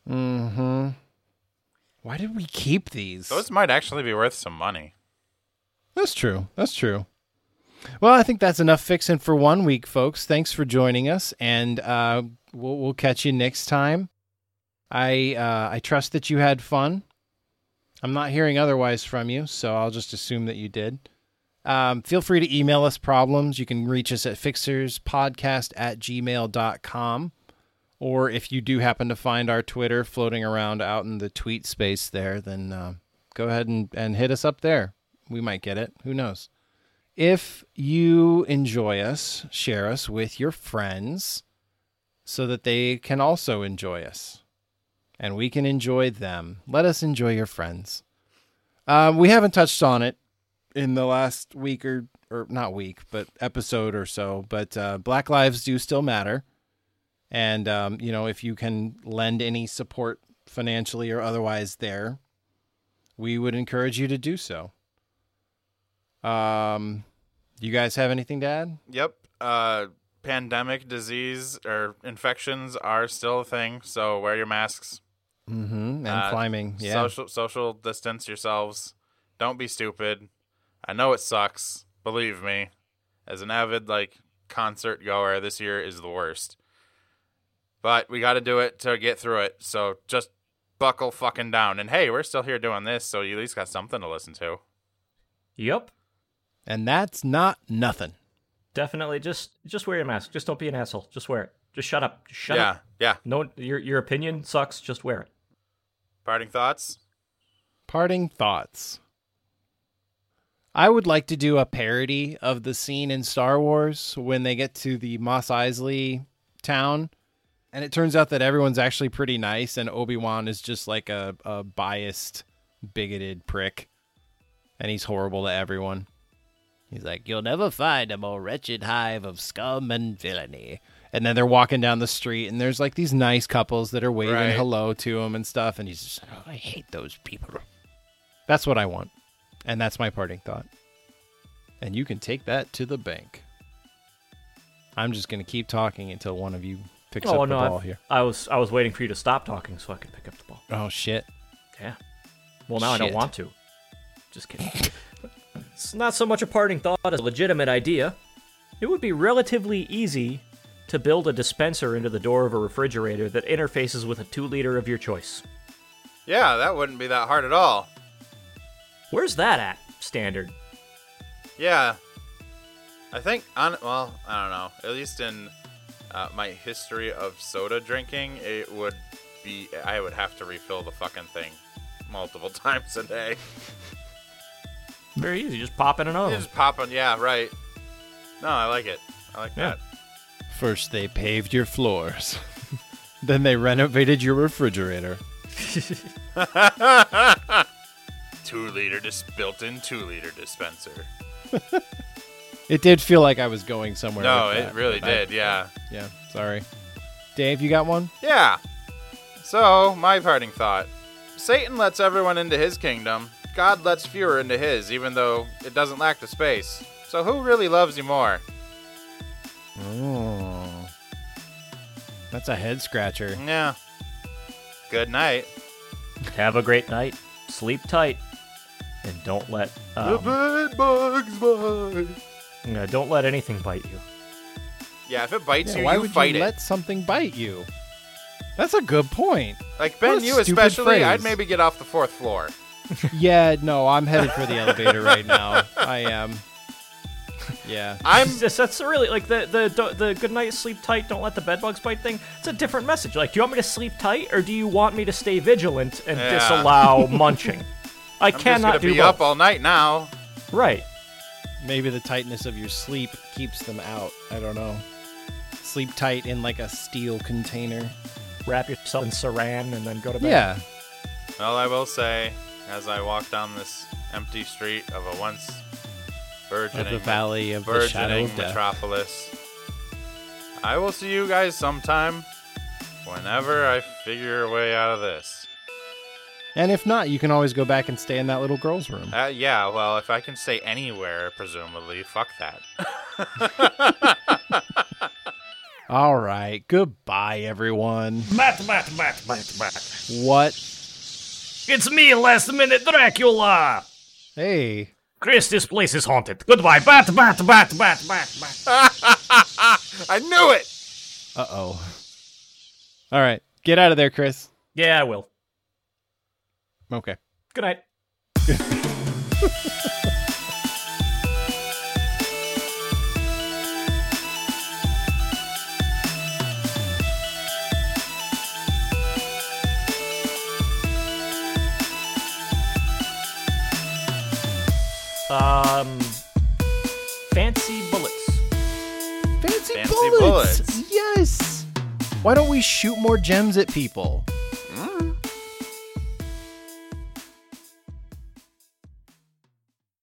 Speaker 2: Mm-hmm. Why did we keep these?
Speaker 3: Those might actually be worth some money.
Speaker 2: That's true. That's true. Well, I think that's enough fixing for one week, folks. Thanks for joining us, and uh, we'll we'll catch you next time. I uh, I trust that you had fun. I'm not hearing otherwise from you, so I'll just assume that you did. Um, feel free to email us problems. You can reach us at fixerspodcast at gmail.com. Or if you do happen to find our Twitter floating around out in the tweet space there, then uh, go ahead and, and hit us up there. We might get it. Who knows? If you enjoy us, share us with your friends so that they can also enjoy us and we can enjoy them. Let us enjoy your friends. Um, we haven't touched on it in the last week or, or not week, but episode or so, but uh, Black Lives do still matter. And, um, you know, if you can lend any support financially or otherwise there, we would encourage you to do so. Um, you guys have anything to add?
Speaker 3: Yep. Uh pandemic disease or infections are still a thing, so wear your masks.
Speaker 2: Mm-hmm. And
Speaker 3: Uh,
Speaker 2: climbing. Yeah.
Speaker 3: Social social distance yourselves. Don't be stupid. I know it sucks. Believe me. As an avid like concert goer, this year is the worst. But we got to do it to get through it. So just buckle fucking down. And hey, we're still here doing this, so you at least got something to listen to.
Speaker 1: Yep.
Speaker 2: and that's not nothing.
Speaker 1: Definitely. Just just wear your mask. Just don't be an asshole. Just wear it. Just shut up. Just shut
Speaker 3: yeah.
Speaker 1: up.
Speaker 3: Yeah.
Speaker 1: No, your your opinion sucks. Just wear it.
Speaker 3: Parting thoughts?
Speaker 2: Parting thoughts. I would like to do a parody of the scene in Star Wars when they get to the Mos Eisley town, and it turns out that everyone's actually pretty nice, and Obi Wan is just like a, a biased, bigoted prick, and he's horrible to everyone.
Speaker 6: He's like, You'll never find a more wretched hive of scum and villainy.
Speaker 2: and then they're walking down the street and there's like these nice couples that are waving
Speaker 3: Right.
Speaker 2: hello to him and stuff and he's just
Speaker 6: Oh, I hate those people.
Speaker 2: that's what i want and that's my parting thought and you can take that to the bank i'm just going to keep talking until one of you picks
Speaker 1: oh
Speaker 2: up
Speaker 1: no!
Speaker 2: the
Speaker 1: I-
Speaker 2: ball here
Speaker 1: I was I was waiting for you to stop talking so I could pick up the ball.
Speaker 2: oh shit
Speaker 1: Yeah. Well, now I
Speaker 2: Shit.
Speaker 1: don't want to. Just kidding. it's not so much a parting thought as a legitimate idea. It would be relatively easy to build a dispenser into the door of a refrigerator that interfaces with a 2 liter of your choice.
Speaker 3: Yeah, that wouldn't be that hard at all.
Speaker 1: Where's that at? Standard.
Speaker 3: Yeah. I think on well, I don't know. At least in uh, my history of soda drinking, it would be I would have to refill the fucking thing multiple [laughs] times a day.
Speaker 1: Very easy. Just pop in an
Speaker 3: You
Speaker 1: oven.
Speaker 3: Just popping, yeah, right. No, I like it. I like
Speaker 1: Yeah.
Speaker 3: that.
Speaker 2: first they paved your floors [laughs] then they renovated your refrigerator
Speaker 3: Two liter dis- built-in two liter dispenser.
Speaker 2: it did feel like i was going somewhere
Speaker 3: No,
Speaker 2: with
Speaker 3: it
Speaker 2: that,
Speaker 3: really
Speaker 2: but I-
Speaker 3: did. yeah.
Speaker 2: yeah sorry dave you got one
Speaker 3: Yeah. So, my parting thought Satan lets everyone into his kingdom, God lets fewer into his, even though it doesn't lack the space. So, who really loves you more?
Speaker 2: Oh. That's a head scratcher.
Speaker 3: Yeah. Good night.
Speaker 1: [laughs] Have a great night. Sleep tight. And don't let um,
Speaker 3: bed bugs bite.
Speaker 1: uh, don't let anything bite you.
Speaker 3: Yeah, if it bites
Speaker 2: Yeah,
Speaker 3: you,
Speaker 2: why
Speaker 3: you
Speaker 2: would
Speaker 3: fight
Speaker 2: you
Speaker 3: it.
Speaker 2: let something bite you? That's a good point.
Speaker 3: Like Ben,
Speaker 2: a
Speaker 3: you
Speaker 2: stupid
Speaker 3: especially, I'd
Speaker 2: phrase.
Speaker 3: maybe get off the fourth floor.
Speaker 2: Yeah, no, I'm headed for the elevator right now. I am. Yeah.
Speaker 1: [laughs]
Speaker 3: I'm
Speaker 1: It's just- that's really like the the do- the good night, sleep tight, don't let the bed bugs bite thing. It's a different message. Like, do you want me to sleep tight or do you want me to stay vigilant and
Speaker 3: Yeah. [laughs]
Speaker 1: disallow munching? I
Speaker 3: I'm just
Speaker 1: cannot
Speaker 3: gonna
Speaker 1: do
Speaker 3: be
Speaker 1: both.
Speaker 3: up all night now.
Speaker 1: Right.
Speaker 2: Maybe the tightness of your sleep keeps them out. I don't know. Sleep tight in like a steel container.
Speaker 1: Wrap yourself in saran and then go to bed.
Speaker 2: Yeah.
Speaker 3: Well, I will say, as I walk down this empty street of a once
Speaker 6: Of
Speaker 3: burgeoning,
Speaker 6: the valley of the shadow
Speaker 3: burgeoning
Speaker 6: of death.
Speaker 3: metropolis, I will see you guys sometime whenever I figure a way out of this.
Speaker 2: And if not, you can always go back and stay in that little girl's room.
Speaker 3: Uh, yeah, well, if I can stay anywhere, presumably, fuck
Speaker 6: [laughs]
Speaker 3: that.
Speaker 2: All right. Goodbye, everyone.
Speaker 1: Mat, mat, mat, mat, mat.
Speaker 2: What?
Speaker 1: It's me, last minute Dracula.
Speaker 2: Hey.
Speaker 1: Chris, this place is haunted. Goodbye. Bat, bat, bat, bat, bat, bat.
Speaker 3: I knew it!
Speaker 2: Uh oh. All right. Get out of there, Chris.
Speaker 1: Yeah, I will.
Speaker 2: Okay.
Speaker 1: Good night. [laughs] Um, fancy bullets.
Speaker 2: Fancy,
Speaker 3: Fancy
Speaker 2: bullets.
Speaker 3: bullets.
Speaker 2: Yes. Why don't we shoot more gems at people?